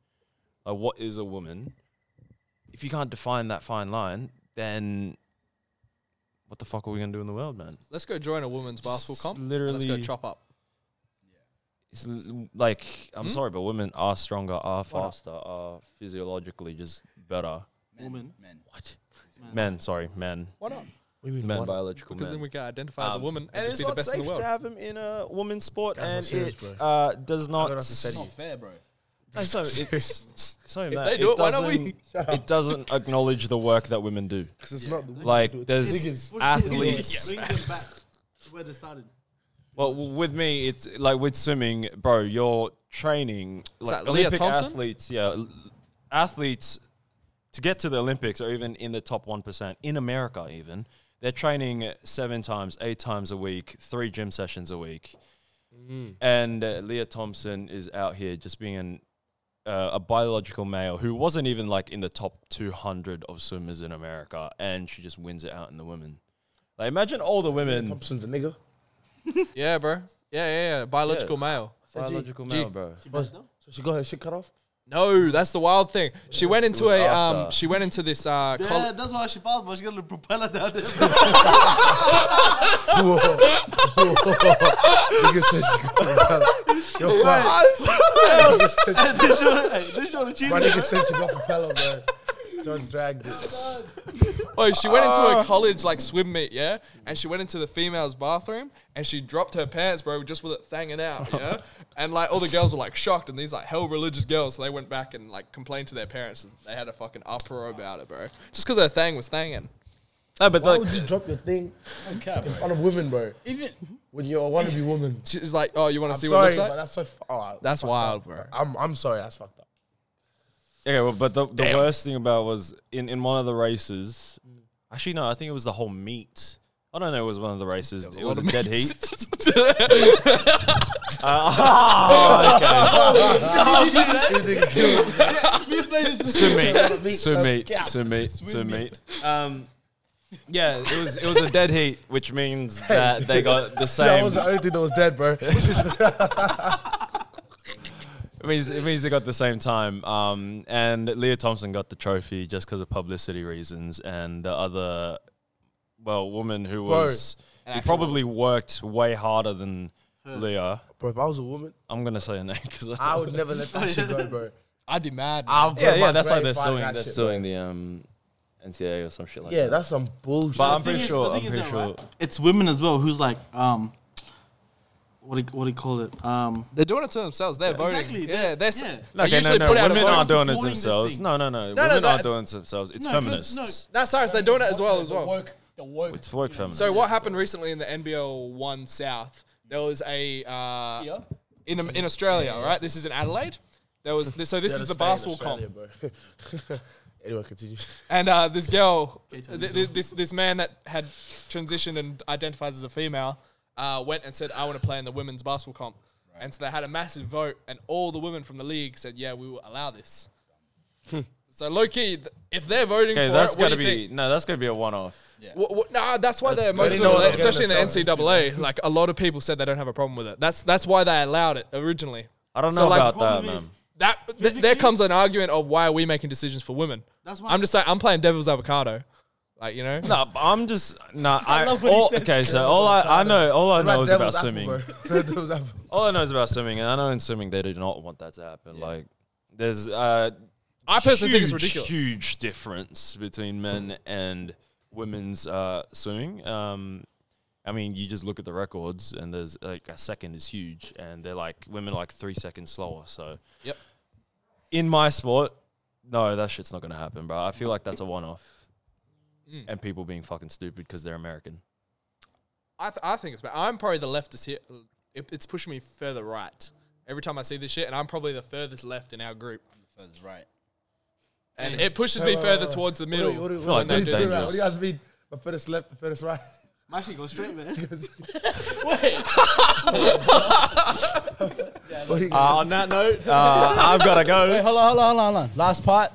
S5: Like what is a woman? If you can't define that fine line, then what the fuck are we gonna do in the world, man?
S3: Let's go join a women's basketball comp. and let's go
S5: literally-
S3: chop up.
S5: It's l- like I'm sorry, but women are stronger, are faster, are physiologically just better.
S1: Woman.
S4: Men.
S5: What? Men, sorry, men.
S3: Why not?
S5: Men, biological
S3: Because
S5: men.
S3: then we can identify as a
S5: Um,
S3: woman and,
S5: and
S3: just
S5: it's
S3: be the
S5: not
S3: best in
S5: safe
S3: the world.
S5: to have him in a woman's sport,
S2: I'm
S5: and
S2: serious,
S5: it
S2: bro.
S5: uh, does not.
S2: don't have to say
S4: It's
S2: to
S4: not fair, bro.
S5: It's so it's so
S3: If
S5: mad.
S3: they do it, why don't
S5: doesn't,
S3: we?
S5: it doesn't acknowledge the work that women do.
S8: Because it's not the
S5: Like there's
S8: Biggest.
S5: athletes.
S1: Bring them back to where
S6: <laughs>
S1: they started.
S5: Well, w- with me, it's like with swimming, bro. You're training like
S3: that Leah
S5: Olympic
S3: Thompson?
S5: athletes. Yeah, l- athletes to get to the Olympics or even in the top one percent in America. Even they're training seven times, eight times a week, three gym sessions a week. And uh, Leah Thompson is out here just being an, uh, a biological male who wasn't even like in the top 200 of swimmers in America, and she just wins it out in the women. Like imagine all the women,
S2: Thompson's a nigga.
S3: Yeah, bro. Yeah, yeah, yeah. Biological male.
S5: biological
S3: G.
S5: male, bro.
S2: Oh, so she got her shit cut
S3: <laughs>
S2: off.
S3: No, that's the wild thing. She went into
S5: was
S3: a um.
S5: after.
S3: She went into this uh. col-
S1: Yeah, that's why she passed, but she got a little propeller down there.
S6: <laughs>
S8: Whoa. Whoa. Nigga said she got propelled. Yo, wow.
S2: <laughs>
S1: Hey, they showed, hey, they showed the cheating.
S2: My nigga said she got propeller, bro. John dragged it.
S3: Oh, she went into her college like swim meet, yeah, and she went into the females' bathroom and she dropped her pants, bro, just with it thanging out, yeah. and like all the girls were like shocked, and these like hell religious girls, so they went back and like complained to their parents. And they had a fucking uproar about it, bro, just because her thang was thanging.
S5: No, Ah, but
S2: Why
S5: like,
S2: would you drop your thing
S4: Okay,
S2: in
S4: bro.
S2: front of women, bro?
S4: Even
S2: When you're a wannabe woman.
S3: She's like, oh, you want to
S2: I'm
S3: <laughs> see
S2: sorry,
S3: what it looks
S2: but
S3: like?
S2: that's so. F- oh, that's
S3: That's
S2: fucked
S3: wild,
S2: up,
S3: bro.
S2: I'm I'm sorry, that's fucked
S3: <laughs>
S2: up.
S5: okay, well, but the, the worst thing about was in, in one of the races, actually, no, I think it was the whole meet. I don't know, it was one of the races. It was a dead heat. <laughs>
S3: Oh, <laughs>
S5: swim <laughs> meet, swim meet, swim meet, swim meet. Um, yeah, it was it was a dead heat, which means <laughs> that they got the
S2: That
S5: same.
S2: was the only thing that was dead,
S3: <laughs>
S2: bro.
S5: It means it means they got the same time. Um, and Leah Thompson got the trophy just because of publicity reasons, and the other, well, woman who was who probably worked way harder than Leah.
S2: bro, if I was a woman,
S5: I'm gonna say her name because
S2: I
S5: <laughs>
S2: would never let that shit go, bro.
S3: I'd be mad.
S2: I'll go
S5: yeah, yeah,
S2: my
S5: that's why
S2: grave
S5: they're
S2: fighting
S5: suing.
S2: that
S5: They're
S2: shit, bro.
S5: suing the um, NCAA or some shit like
S2: Yeah,
S5: that.
S2: that's some bullshit.
S5: but I'm
S6: The thing
S5: pretty
S6: is-
S5: sure.
S6: the
S5: I'm
S6: thing is
S5: pretty
S6: that,
S5: sure.
S6: right, It's women as well who's like, um, what do you, what do you call it? Um,
S3: They're doing it to themselves. They're voting.
S6: exactly,
S3: Yeah,
S6: they're-
S3: they're. s-
S6: yeah.
S3: They
S5: Okay, no,
S3: usually
S5: no,
S3: put out a
S5: women
S3: vote.
S5: aren't doing it
S6: supporting this
S5: themselves.
S6: thing.
S5: No, no, no,
S3: no,
S5: women
S3: that-
S5: aren't doing it themselves. It's
S6: No, no,
S5: feminists.
S3: No, sorry, they're doing it as well as
S4: the
S3: well.
S4: woke, the woke.
S5: It's work feminists.
S3: So what happened recently in the NBL One South? There was a uh,
S4: Yeah.
S3: in in Australia, right? This is in Adelaide. There was this, so this is the basketball comp,
S2: comp. <laughs> anyway, continue.
S3: and uh, this girl, th- th- this this man that had transitioned and identifies as a female, uh, went and said, "I want to play in the women's basketball comp," and so they had a massive vote, and all the women from the league said, "Yeah, we will allow this."
S6: Hmm.
S3: so low key, th- if they're voting
S5: Okay,
S3: for
S5: that's
S3: it, what
S5: gotta
S3: do you think?
S5: be no, that's gonna be a one-off.
S3: Wha wha- nah, that's why they're mostly,
S2: know what
S3: like,
S2: I'm
S3: especially in the
S2: gonna say.
S3: NCAA. Like a lot of people said they don't have a problem with it. That's that's why they allowed it originally.
S5: I don't know
S3: So, like,
S5: about that,
S6: problem
S5: man.
S6: is-
S3: That th- there comes an argument of why are we making decisions for women.
S6: That's why-
S3: I'm just like I'm playing devil's avocado, like you know.
S5: No, but I'm just no. I, all, okay, so all I, I know, all I know is about
S2: Devil's apple,
S5: swimming.
S2: bro. <laughs> Devil's apple.
S5: All I know is about swimming, and I know in swimming they do not want that to happen. Like, there's uh,
S3: I personally think it's
S5: huge,
S3: ridiculous.
S5: Huge difference between men and women's uh, swimming. Um, I mean, you just look at the records, and there's like a second is huge, and they're like women are like three seconds slower. So,
S3: Yep.
S5: In my sport, no, that shit's not gonna happen, bro. I feel like that's a one-off, and people being fucking stupid because they're American.
S3: I, th- I think it's bad. I'm probably the leftist here. It, it's pushing me further right every time I see this shit, and I'm probably the furthest left in our group,
S4: That's right.
S3: and it pushes me further towards the middle.
S2: What do you-
S5: feel like
S2: what do you-
S5: that's
S2: what do you- what do you
S5: dangerous.
S2: guys mean? My furthest left, my furthest right.
S5: Oh,
S6: I'm actually go straight, man. <laughs>
S2: What do you-
S5: Uh, on that note, uh, <laughs> I've got to go.
S4: Wait, hold on, hold on, hold on, hold on. Last part.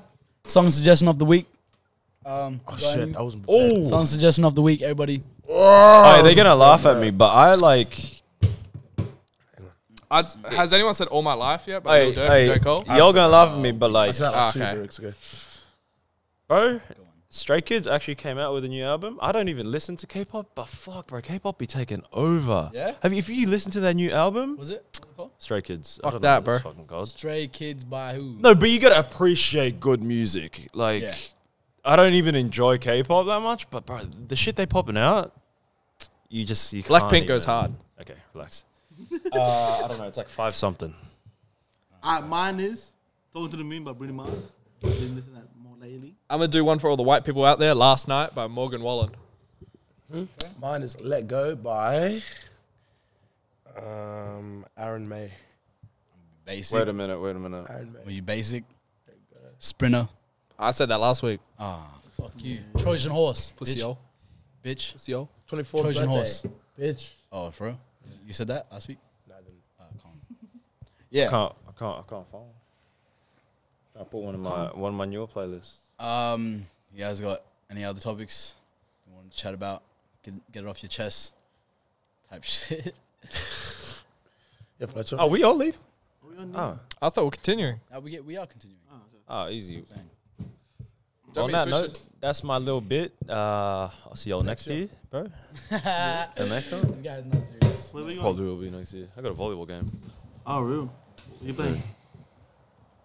S4: Song suggestion of the week. Um,
S2: oh
S4: go ahead.
S2: shit, I wasn't. Oh,
S4: Song suggestion of the week, everybody.
S5: Oh, they're gonna laugh at me, but I like.
S3: I'd, has anyone said "All My Life" yet? By
S5: Hey,
S3: Lil Durk and
S5: hey,
S3: J. Cole?
S5: y'all gonna laugh at me, but like,
S2: that like two
S3: okay.
S2: lyrics ago.
S5: bro, Stray Kids actually came out with a new album. I don't even listen to K-pop, but fuck, bro, K-pop be taking over.
S4: Yeah?
S5: Have you, if you listen to their new album,
S4: Was it? What's it called?
S5: Stray Kids, I
S3: Fuck
S5: don't
S3: that,
S5: know,
S3: bro.
S5: Fucking god.
S4: Stray Kids by who?
S5: No, but you gotta appreciate good music. Like,
S4: Yeah.
S5: I don't even enjoy K-pop that much, but bro, the shit they popping out, you just you
S3: Blackpink
S5: can't
S3: goes
S5: even-
S3: hard.
S5: Okay, relax. <laughs> uh, I don't know. It's like five something.
S6: uh, mine is Talking to the Moon by Bruno Mars. I've been listening to that more lately.
S3: I'm gonna do one for all the white people out there. Last night by Morgan Wallen.
S2: Mine is "Let Go" by um, Aaron May.
S4: Basic.
S5: Wait a minute. Wait a minute.
S2: Aaron May.
S4: Were you basic? Sprinter.
S3: I said that last week.
S4: Ah, fuck you. Trojan horse.
S3: Pussy
S4: bitch.
S3: yo,
S4: Bitch.
S3: pussy yo.
S2: Twenty-four
S4: Trojan
S2: birthday.
S4: horse.
S2: bitch.
S4: Oh, for real? You said that last week?
S2: No, I didn't.
S4: Oh, come on. Yeah.
S5: can't, I can't, I can't follow. I put one of my one of my newer playlists.
S4: Um, you guys got any other topics you want to chat about? Get, get it off your chest, type shit.
S2: Yeah, Fletcher.
S5: Oh, we all leave.
S6: What we on now?
S5: Oh,
S3: I thought we're continuing.
S4: Uh, we get we are continuing.
S5: oh, easy.
S3: Don't
S5: On
S3: be
S5: that
S3: suspicious.
S5: note, that's my little bit. Uh, I'll see y'all next year,
S3: <laughs>
S5: bro. The next one?
S4: This guy's not serious.
S6: Where Oh, we going?
S5: Probably will be next year. I got a volleyball game.
S6: Oh, real? You playing?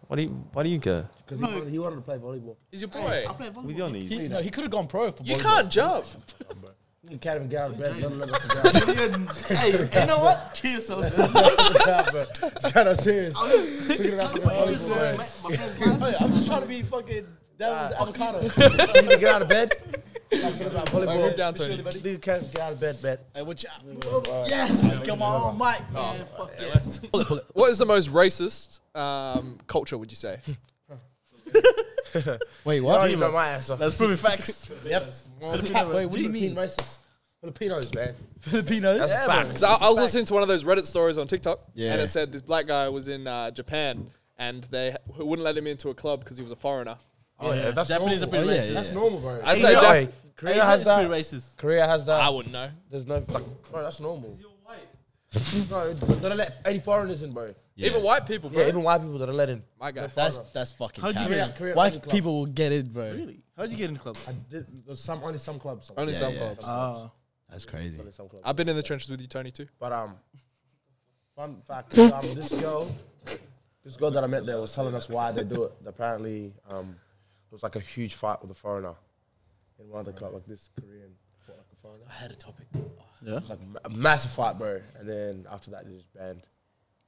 S5: Why do you Why do you go?
S2: Because he, wanted, he wanted to play volleyball.
S3: He's your
S6: I
S3: boy.
S6: play volleyball.
S5: With your knees.
S4: He, no, he could have gone pro for
S3: You
S4: volleyball.
S3: can't jump.
S2: You can't even get out of bed. Let alone up
S6: <laughs> hey, you know what? Kill yourself. <laughs> man.
S2: It's kind of serious. Took it out for the
S6: My friends, my-
S2: volleyball.
S6: my friends laugh.
S4: <laughs> Hey, I'm just trying to be fucking. That was avocado. <laughs>
S2: Can you even get out of bed? Like, get out of
S3: Like, move
S2: volleyball.
S3: down, Tony.
S2: Nigga can't get out of bed, bet.
S4: hey, what you, yes, come on, Mike. man, fuck yeah.
S3: What is the most racist um, culture? Would you say?
S4: Wait,
S2: I
S4: what?
S2: already know my answer.
S1: That's
S4: <laughs>
S1: proving facts.
S4: Yep.
S2: Filipino,
S4: Wait, what do you mean?
S2: Racist. Filipinos, man.
S4: Filipinos.
S2: That's a fact.
S3: So I, I was listening to one of those Reddit stories on TikTok, and
S4: Yeah.
S3: it said this black guy was in uh, Japan, and they who wouldn't let him into a club because he was a foreigner.
S2: Oh, yeah, that's
S1: Japanese are
S2: normal.
S1: pretty
S4: Oh, yeah,
S1: racist.
S4: yeah.
S2: That's normal, bro.
S3: I'd say Jap-
S2: Hey, Korea has
S1: Asians
S2: that.
S1: is pretty racist.
S2: Korea has
S3: I
S2: that.
S3: wouldn't know.
S2: There's no, like, bro, that's normal. Bro, they don't let any foreigners in, bro.
S3: Even white people, bro.
S2: Yeah, even white people don't let in.
S3: my guy.
S4: That's that's fucking.
S1: How'd you
S4: cap.
S1: get
S2: in? Korea-
S4: White
S2: Korea club.
S4: people will get it, bro.
S1: Really? How'd you get in the club?
S2: I did, there's some only some clubs.
S3: Only
S4: Yeah,
S3: some
S4: yeah.
S3: clubs.
S1: Uh,
S4: That's crazy.
S2: Only some clubs.
S3: I've been in the trenches with you, Tony, too.
S2: But um, fun fact: um, this girl, this girl that I met there was telling us why they do it. Apparently, um, it was like a huge fight with a foreigner in one of the club, like this Korean fought like a foreigner.
S4: I had a topic.
S2: It was like ma- a massive fight, bro. And then after that, they just banned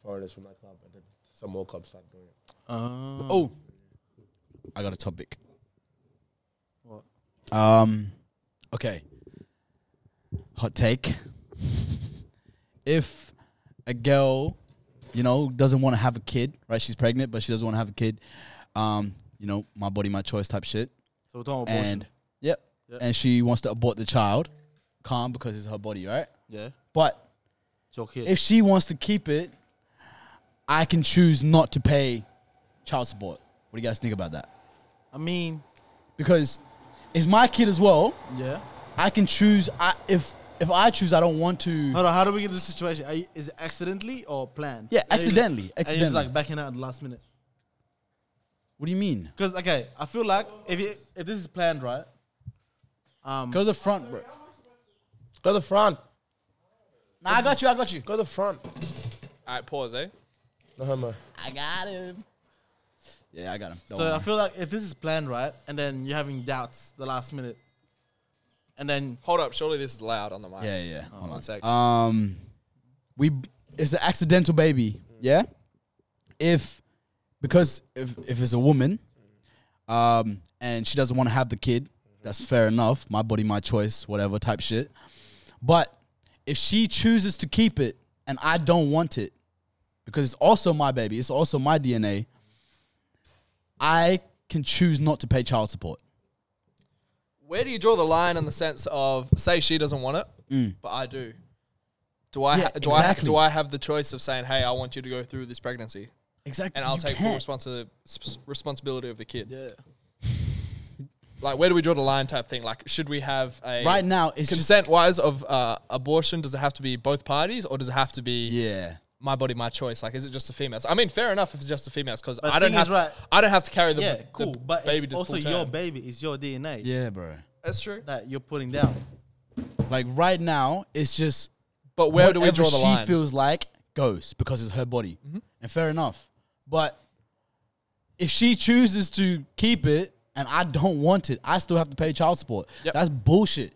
S2: foreigners from that club, and then some more clubs started doing it.
S1: uh,
S4: Oh, I got a topic.
S1: What?
S4: Um. Okay. Hot take. <laughs> If a girl, you know, doesn't want to have a kid, right? She's pregnant, but she doesn't want to have a kid. Um, you know, my body, my choice type shit.
S1: so we're talking about abortion.
S4: And yep.
S1: Yep.
S4: And she wants to abort the child, calm because it's her body, right?
S1: yeah,
S4: But
S1: it's your kid.
S4: if she wants to keep it, I can choose not to pay child support. What do you guys think about that?
S1: I mean,
S4: Because it's my kid as well.
S1: yeah.
S4: I can choose. I, if if I choose, I don't want to.
S1: Hold on, how do we get to this situation? Are you, is it accidentally or planned?
S4: Yeah,
S1: Are you just-
S4: accidentally,
S1: are you
S4: accidentally.
S1: just like backing out at the last minute.
S4: What do you mean?
S1: Because okay, I feel like if you, if this is planned, right? Um,
S4: Go to the front, bro.
S2: Go to the front.
S4: Nah, I got you. I got you.
S2: Go to the front.
S3: All right, pause, eh?
S2: No homo.
S4: I got him. Yeah, I got him. Don't
S1: so I
S4: worry.
S1: feel like if this is planned, right, and then you're having doubts the last minute, and then
S3: Hold up, surely this is loud on the mic.
S4: yeah, yeah. yeah. Hold
S3: One
S4: on.
S3: sec.
S4: Um, we it's an accidental baby. Yeah, if because if if it's a woman, um, and she doesn't want to have the kid, that's fair enough. My body, my choice, whatever type shit. But if she chooses to keep it and I don't want it, because it's also my baby, it's also my DNA. I can choose not to pay child support.
S3: Where do you draw the line in the sense of say she doesn't want it, but I do? Do I
S4: Mm. Yeah,
S3: ha- do I
S4: exactly.
S3: do I have the choice of saying, "Hey, I want you to go through this pregnancy,
S4: Exactly,
S3: and I'll
S4: You
S3: take full
S4: can't.
S3: responsi- s- responsibility of the kid"?
S1: yeah,
S3: <laughs> Like, where do we draw the line type thing? Like, should we have a
S4: Right now, it's just
S3: consent wise of uh, abortion? Does it have to be both parties, or does it have to be
S4: yeah.
S3: my body, my choice? Like, is it just the females? I mean, fair enough if it's just the females because
S1: But
S3: I don't
S1: thing
S3: have
S1: is, right-
S3: I don't have to carry the
S1: yeah,
S3: the
S1: cool. But
S3: baby
S1: it's
S3: to
S1: also
S3: full
S1: your
S3: term.
S1: baby, it's your DNA
S4: Yeah, bro.
S3: That's true.
S1: that you're putting down.
S4: Like right now, it's just
S3: But where do we
S4: whatever
S3: draw the
S4: she
S3: line? Mm-hmm.
S4: feels like goes because it's her body, and fair enough. But if she chooses to keep it and I don't want it, I still have to pay child support.
S3: Yep. Mm-hmm.
S4: That's bullshit.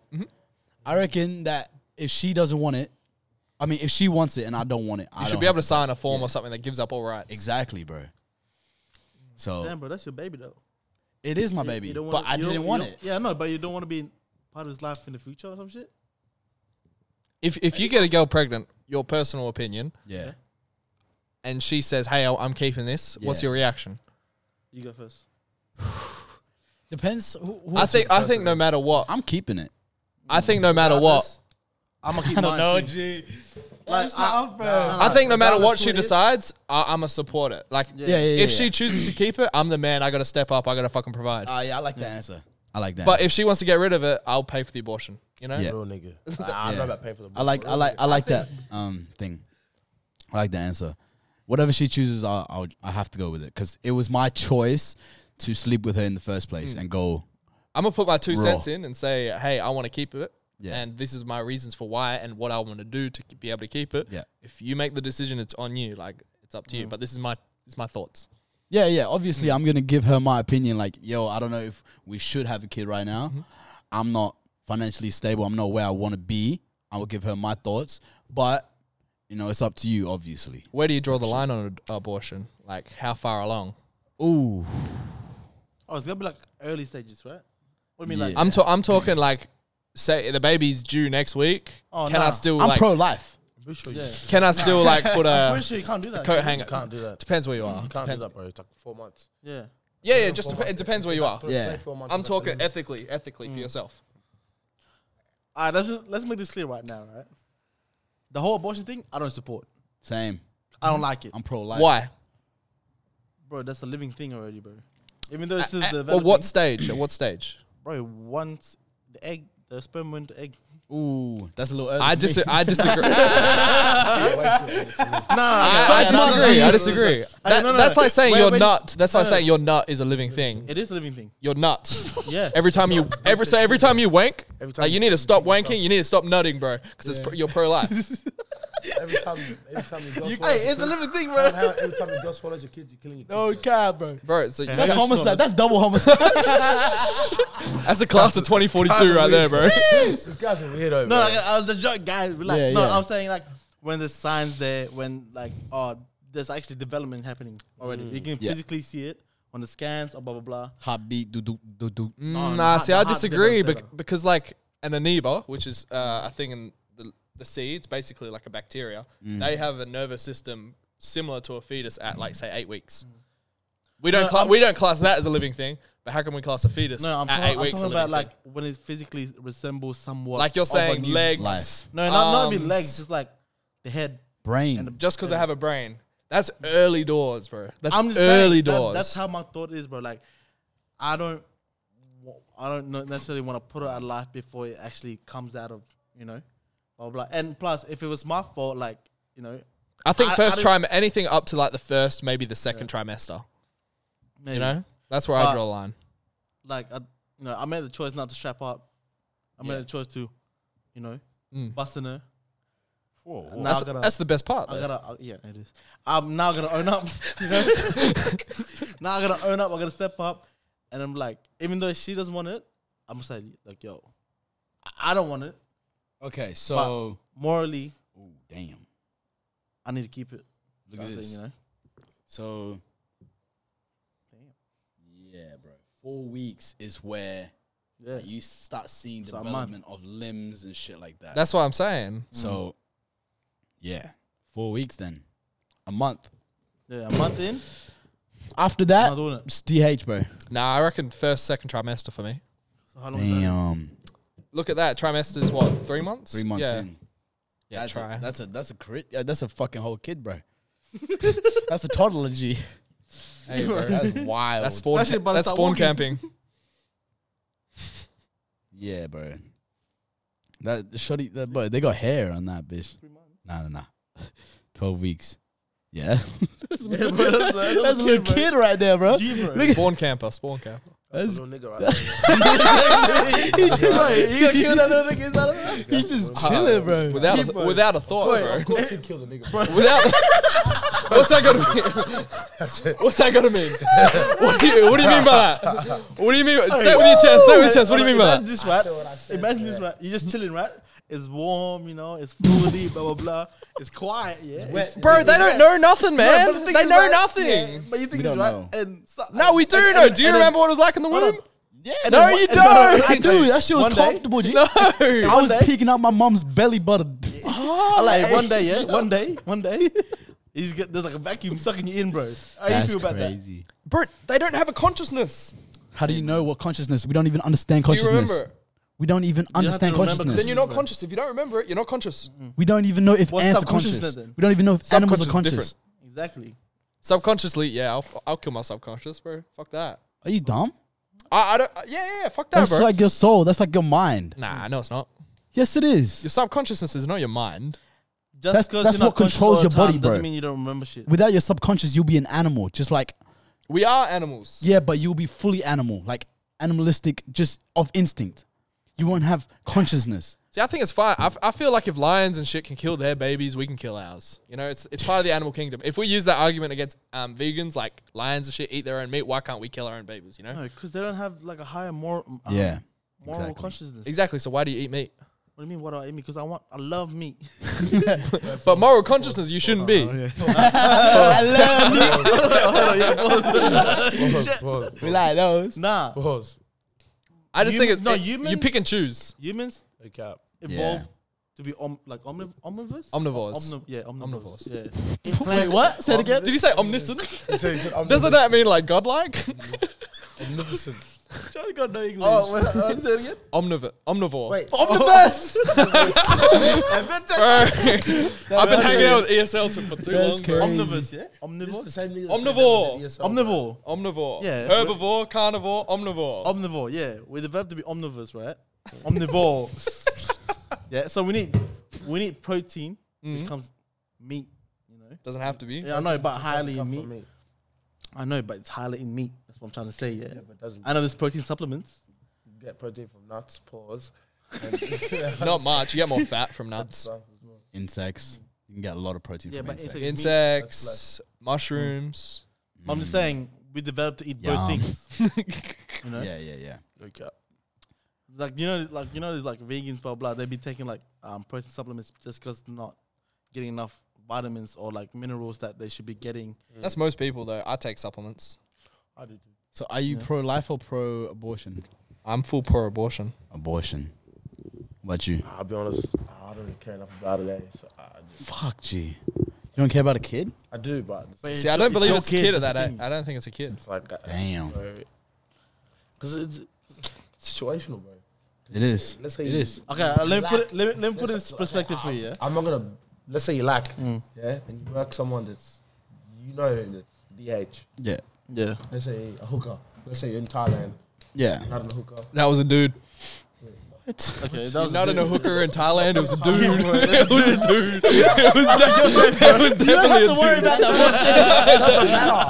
S4: I reckon that if she doesn't want it, I mean, if she wants it and I don't want it, I
S3: you
S4: don't
S3: should be able to
S4: have
S3: sign a form or something that gives up all rights.
S4: exactly, bro. So
S1: Damn, bro, that's your baby though.
S4: it is Oh. my
S1: You-
S4: baby,
S1: you don't
S4: but
S1: wanna-
S4: I
S1: you don't-
S4: didn't
S1: you
S4: want
S1: don't-
S4: it.
S1: Yeah, no, but you don't want to be part of his life in the future or some shit.
S3: If if you get a girl pregnant, your personal opinion,
S4: Yeah,
S3: and she says, "Hey, I- I'm keeping this," what's
S4: Yeah.
S3: your reaction?
S1: You go first.
S4: depends. Who, who
S3: I
S4: else-
S3: think I think no matter what,
S4: I'm keeping it.
S3: I think no matter what,
S1: I'm
S4: <laughs>
S1: gonna keep I mine. too.
S4: G.
S1: Like, I,
S3: I think no matter
S2: regardless
S3: what she
S2: who it is.
S3: decides, I, I'm gonna support it. Like,
S4: Yeah, yeah,
S3: if
S4: yeah.
S3: she chooses to keep it, I'm the man. I gotta step up. I gotta fucking provide.
S4: Ah, yeah, I like that answer. I like that.
S3: but if she wants to get rid of it, I'll pay for the abortion. You know,
S4: Yeah.
S2: Real nigga. I, I
S4: Yeah.
S2: know about paying for the.
S4: I like I like I like that um thing. I like the answer. Whatever she chooses, I I'll, I have to go with it because it was my choice to sleep with her in the first place and go.
S3: I'm gonna put my two
S4: Raw.
S3: cents in and say, hey, I want to keep it,
S4: Yeah.
S3: and this is my reasons for why and what I want to do to be able to keep it.
S4: Yeah. Mm.
S3: If you make the decision, it's on you. Like, it's up to you. But this is my it's my thoughts.
S4: Yeah, yeah. Obviously, I'm gonna give her my opinion. Like, yo, I don't know if we should have a kid right now. I'm not financially stable. I'm not where I want to be. I will give her my thoughts, but you know, it's up to you. Obviously.
S3: Where do you draw the line on ad- abortion? Like, how far along?
S4: Ooh.
S1: Oh, it's gonna be like early stages, right? What do you mean, like?
S4: Yeah.
S3: I'm, ta- I'm talking like, say the baby's due next week.
S1: Oh,
S3: can I
S1: nah.
S3: still
S4: I'm
S3: like?
S4: pro life.
S2: I'm sure you
S1: Yeah.
S3: can I still like put
S1: I'm
S3: a
S1: pretty sure you can't do that.
S3: coat hanger?
S2: can't do that.
S3: Depends where you are.
S2: You can't do
S3: Depends-
S2: that, bro. It's like four months.
S1: Yeah.
S3: Yeah, yeah. Just dep- it depends where you are.
S4: Yeah.
S2: Four months
S3: I'm
S2: is like
S3: talking
S2: the-
S3: ethically, ethically for yourself.
S1: All right, let's just- let's make this clear right now, right? The whole abortion thing, I don't support.
S4: Same.
S1: I don't like it,
S4: Mm-hmm. I'm pro life.
S3: Why?
S1: bro. That's a living thing already, bro. Even though it's just the
S3: Or what stage? At what stage?
S1: bro? Once the egg, the sperm went to egg.
S4: Ooh, that's a little early.
S3: I
S4: for me.
S3: dis- I disagree. I, I
S1: no, no,
S3: disagree.
S1: no,
S3: I
S1: no,
S3: disagree.
S1: no,
S3: That-
S1: no, no.
S3: That's like saying
S1: Wait,
S3: your
S1: wait.
S3: nut. That's like
S1: No, no.
S3: saying your nut is a living thing.
S1: It is a living thing.
S3: Your nut.
S1: Yeah.
S3: Every time you every so every time you wank,
S2: Every time
S3: like you
S2: you
S3: need to
S2: cheat
S3: stop
S2: yourself.
S3: wanking. You need to stop nutting, bro, because it's pro, you're pro life.
S2: Every time, you- every time you go,
S1: hey, it's a living thing, bro.
S2: every time you go swallows your kids, you're killing your kids.
S6: Oh, cab, bro.
S3: bro, so you,
S6: That's homicide. That's double homicide.
S3: that's a class of 2042 right there, bro. <laughs>
S2: This guy's a weirdo.
S1: No,
S2: bro.
S1: like, I was a joke, guys. Like,
S4: Yeah,
S1: no,
S4: yeah.
S1: I'm saying like when the signs there, when like oh, there's actually development happening already. You
S3: Mm,
S1: can
S4: Yeah.
S1: physically see it on the scans or blah blah blah.
S4: Heartbeat, do do do do.
S3: Mm,
S1: the
S3: nah,
S1: heart-
S3: see,
S1: the
S3: I
S1: heart
S3: disagree
S1: develops
S3: bec-
S1: better.
S3: because like an amoeba, which is uh, a thing in the, the sea, it's basically like a bacteria. They have a nervous system similar to a fetus at like say eight weeks. We don't
S1: Mm. No,
S3: cla-
S1: I'm-
S3: we don't class that as a living thing, but how can we class a fetus
S1: No, I'm,
S3: at
S1: talking-
S3: 8
S1: I'm
S3: weeks? a
S1: talking
S3: living
S1: about
S3: thing?
S1: like when it physically resembles somewhat.
S3: Like you're
S1: of a
S3: saying
S1: new-
S3: legs.
S4: Life.
S1: No, not not even
S3: arms,
S1: legs, just like the head.
S4: Brain.
S3: Just because I have a brain. That's early doors, bro. That's
S1: I'm just
S3: early
S1: saying, that-
S3: doors.
S1: that's how my thought is, bro. Like, I don't, wa- I don't no- necessarily want to put it out of life before it actually comes out of you know, blah blah. blah. And plus, if it was my fault, like you know,
S3: I think
S1: I- I
S3: first
S1: don't-
S3: trimester, anything up to like the first, maybe the second trimester.
S1: maybe,
S3: You know, that's where I
S1: But-
S3: draw the line.
S1: like I, you know, I made the choice not to strap up. I made the choice to, you know,
S3: Mm.
S1: busting her.
S5: Whoa,
S1: Now
S3: That's,
S1: I gotta,
S3: that's the best part.
S1: I
S3: though.
S1: gotta, uh, yeah, it is. I'm now gonna own up. <laughs> You know, now I gotta own up. I gotta step up, and I'm like, even though she doesn't want it, I'm just like, like yo, I- I don't want it.
S4: Okay, so
S1: Morally,
S4: Ooh, damn.
S1: I need to keep it.
S4: Look
S1: I
S4: at
S1: think,
S4: this.
S1: you know.
S4: So, yeah, bro. Four weeks is where
S1: Yeah.
S4: you start seeing
S1: So a month.
S4: development of limbs and shit like that.
S3: That's what I'm saying.
S1: Mm.
S4: so, yeah, four weeks then, a month.
S1: Yeah, a month in,
S4: After
S1: I'm not
S4: that,
S1: doing it.
S4: it's DH, bro.
S3: Nah, I reckon first, second trimester for me.
S1: So how long is that?
S4: Damn,
S3: Look at that. Trimester is what three months?
S4: three months
S3: Yeah,
S4: in.
S3: yeah.
S4: that's
S3: try.
S4: a, that's a that's a crit. Yeah, that's a fucking whole kid, bro. <laughs> that's a toddler G.
S3: <laughs> Hey, bro, <laughs> that's,
S4: wild.
S3: that's spawn.
S1: Actually, but I
S3: that's
S1: start
S3: spawn <laughs>
S1: walking.
S3: camping.
S4: Yeah, bro. That the shorty, that, bro, they got hair on that bitch. Nah, nah, nah. <laughs> Twelve weeks. Yeah, <laughs> that's, a little,
S1: bro, that's a- that's a
S4: that's a little
S1: kid, bro.
S4: kid right there, bro.
S1: G, bro.
S3: spawn camper. Spawn camper.
S2: That's a little nigga right there.
S1: <laughs> He's just like, you gonna kill that little nigga? Is that a-
S4: He's just chilling, bro.
S3: Without a, without a thought,
S2: Of course he killed the nigga.
S3: bro. Without. <laughs> What's that gonna mean? What's that gonna mean? What do you What do you mean by that? What do you mean? Say it with your chest. Say it with your chest. What do you mean by
S1: Imagine
S3: that?
S1: this, right? Imagine this, right? You're just chilling, right? It's warm, you know. It's fruity, blah blah blah. It's quiet, yeah. It's wet.
S3: Bro, they don't know nothing,
S1: but the
S3: man.
S1: thing
S3: They
S1: is,
S3: know
S1: right, yeah,
S3: nothing.
S1: but you think
S4: We
S1: it's
S4: don't
S1: right?
S4: know.
S1: And so,
S3: No, we do
S1: and-
S3: know.
S1: and-
S3: Do you
S1: and then-
S3: remember what it was like in the
S1: Hold on.
S3: womb?
S4: Yeah,
S3: No, you don't.
S4: I do.
S3: <laughs>
S4: That shit was
S1: One day-
S4: comfortable,
S1: <laughs>
S4: G.
S3: No. <laughs>
S4: I was
S1: day-
S4: picking out my mom's belly
S1: <laughs>
S4: button.
S1: I like one
S3: <laughs>
S1: day, yeah, one day, one day. <laughs> You just get, there's like a vacuum sucking you in, bro. How you feel about that?
S3: Bro, they don't have a consciousness.
S4: How do you know what consciousness? We don't even understand
S3: Do you
S4: consciousness.
S3: remember it?
S4: We don't even understand
S1: to remember
S4: consciousness.
S3: Then you're not conscious. If you don't remember it, you're not conscious.
S4: we don't even know if
S1: What's
S4: ants are
S1: subconscious
S4: conscious.
S1: then?
S4: We don't even know if animals are
S3: Subconscious
S4: conscious.
S3: is different.
S1: Exactly.
S3: Subconsciously, yeah, I'll, I'll kill my subconscious, bro. Fuck that.
S4: Are you dumb?
S3: I, I don't. Yeah, yeah, yeah, fuck that,
S4: That's
S3: bro.
S4: like your soul. That's like your mind.
S3: nah, no, it's not.
S4: Yes, it is.
S3: Your subconsciousnous is not your mind.
S1: Just
S4: That's-
S1: 'cause
S4: that's
S1: you're not
S4: what controls
S1: conscious all
S4: your
S1: the time
S4: body, bro.
S1: Doesn't mean you don't remember shit.
S4: Without your subconscious, you'll be an animal. Just like
S3: We are animals.
S4: yeah, but you'll be fully animal, like animalistic, just of instinct. You won't have consciousness.
S3: See, I think it's fine. I, f- I feel like if lions and shit can kill their babies, we can kill ours. You know, it's it's part of the animal kingdom. If we use that argument against um, vegans, like lions and shit eat their own meat, why can't we kill our own babies? You know,
S1: No, because they don't have like a higher moral.
S4: <laughs>
S1: um,
S4: Yeah,
S1: Moral
S7: exactly.
S1: consciousness.
S3: exactly. So why do you eat meat?
S1: What do you mean? What do I mean? Because I want, I love meat.
S3: But moral consciousness, you shouldn't be.
S1: Oh,
S2: Pause, pause,
S4: we like those.
S1: <laughs> Nah,
S2: pause.
S3: I just
S1: You-
S3: think it,
S1: no,
S3: it- you
S1: humans-
S3: pick and choose.
S1: humans
S2: Hey, cap.
S1: evolved to be om- like omniv- omnivores.
S3: Omnivores.
S1: Omni- yeah, omnivores.
S3: Omnivores.
S1: <laughs> Yeah.
S6: Wait, what? Say it again.
S3: Did you say omniscient?
S2: He said- he said
S3: Doesn't that mean like
S1: <laughs>
S3: godlike?
S2: omnificent?
S1: Johnny got no English.
S7: Oh, well, uh,
S3: Omnivore. Omnivore.
S7: Wait.
S1: Oh.
S6: Omnibus.
S1: <laughs>
S6: <laughs>
S3: Bro, <laughs> I've been hanging out with ESL t- for too long. bro.
S1: Omnivores. Yeah.
S7: This the
S1: Omnivore.
S7: same nigga that said
S3: Omnivore.
S7: that to yourself.
S1: Omnivore.
S3: Omnivore.
S1: Yeah.
S3: Herbivore, carnivore, omnivore.
S1: Omnivore. Yeah. We developed to be omnivores, <laughs> right? <laughs> Omnivores. yeah. So we need we need protein,
S3: Mhm.
S1: which comes meat. You know.
S3: Doesn't have to be.
S1: Yeah, I know, but highly in
S7: Come
S1: meat.
S7: from me.
S1: I know, but it's highly in meat. That's what I'm trying to say. Yeah.
S2: Yeah, but doesn't
S1: I know there's protein supplements.
S2: get protein from nuts. Pause.
S3: Not much. You get more fat from nuts.
S4: Insects. You can get a lot of protein
S1: Yeah,
S4: from
S1: but
S4: insects.
S1: insects-
S3: Insects, mushrooms.
S1: I'm just saying we developed to eat
S4: Yum.
S1: both things. you know,
S4: Yeah, yeah, yeah.
S2: Okay.
S1: like you know, like you know, there's like vegans, blah blah. They be taking like um, protein supplements just because not getting enough vitamins or like minerals that they should be getting.
S3: That's most people though. I take supplements.
S2: I do too.
S4: So are you pro life or pro abortion?
S3: I'm full pro abortion.
S4: Abortion. What about you?
S2: I'll be honest. I don't really care enough about it. eh, So I, do.
S4: Fuck, G. You don't care about a kid?
S2: I do, but
S1: But
S3: See, I
S1: your-
S3: don't believe
S1: your
S3: it's a kid at
S1: that's
S3: that eh?
S1: the
S3: age.
S1: thing.
S3: I don't think it's a kid.
S2: it's like
S4: Damn.
S2: because it's situational, bro.
S4: It is.
S2: Let's say
S4: It
S2: you-
S4: is.
S1: Okay, uh, let me put
S2: Black.
S1: it, let me, let me put it
S2: Let's-
S1: in perspective for you. Yeah? Mm.
S2: I'm not gonna. Let's say you lack, yeah, and you work someone that's you know that's DH.
S4: Yeah.
S1: Yeah.
S2: Let's say a hooker. Let's say you're in Thailand,
S4: Yeah.
S2: not a hooker.
S3: That was a dude.
S1: <laughs> Okay, that was
S3: Not in a hooker in Thailand.
S1: <laughs>
S3: It was a dude.
S1: Yeah, bro,
S3: <laughs> it was a dude.
S4: <laughs>
S3: <laughs> It was definitely, it was definitely a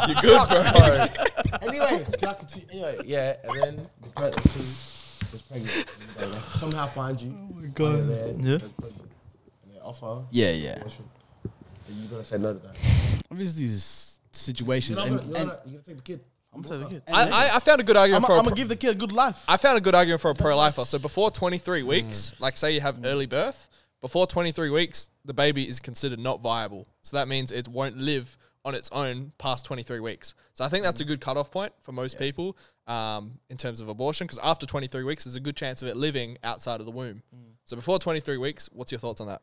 S3: dude. You're good, bro.
S1: <laughs>
S2: anyway, can I continue? Anyway, yeah, and then the pregnant was pregnant. And they somehow find you. Oh my god. There,
S1: Yeah.
S2: that's pregnant. And they offer
S4: Yeah, yeah.
S2: abortion. And you're gonna say no to that.
S4: Obviously, these situations.
S2: You're not
S4: And,
S2: gonna, you're
S4: and
S2: not, you're gonna take the kid.
S1: I'm saying the kid.
S3: I, I, I found a good
S1: I'm
S3: argument for a
S1: gonna
S3: pro-
S1: give the kid a good life.
S3: I found a good argument for a pro lifer. So before
S4: Mm.
S3: 23 weeks, like say you have early birth, before 23 weeks, the baby is considered not viable. So that means it won't live on its own past 23 weeks. So I think
S4: Mm.
S3: that's a good cutoff point for most people um, in terms of abortion, because after 23 weeks, there's a good chance of it living outside of the womb.
S4: Mm.
S3: So before 23 weeks, what's your thoughts on that?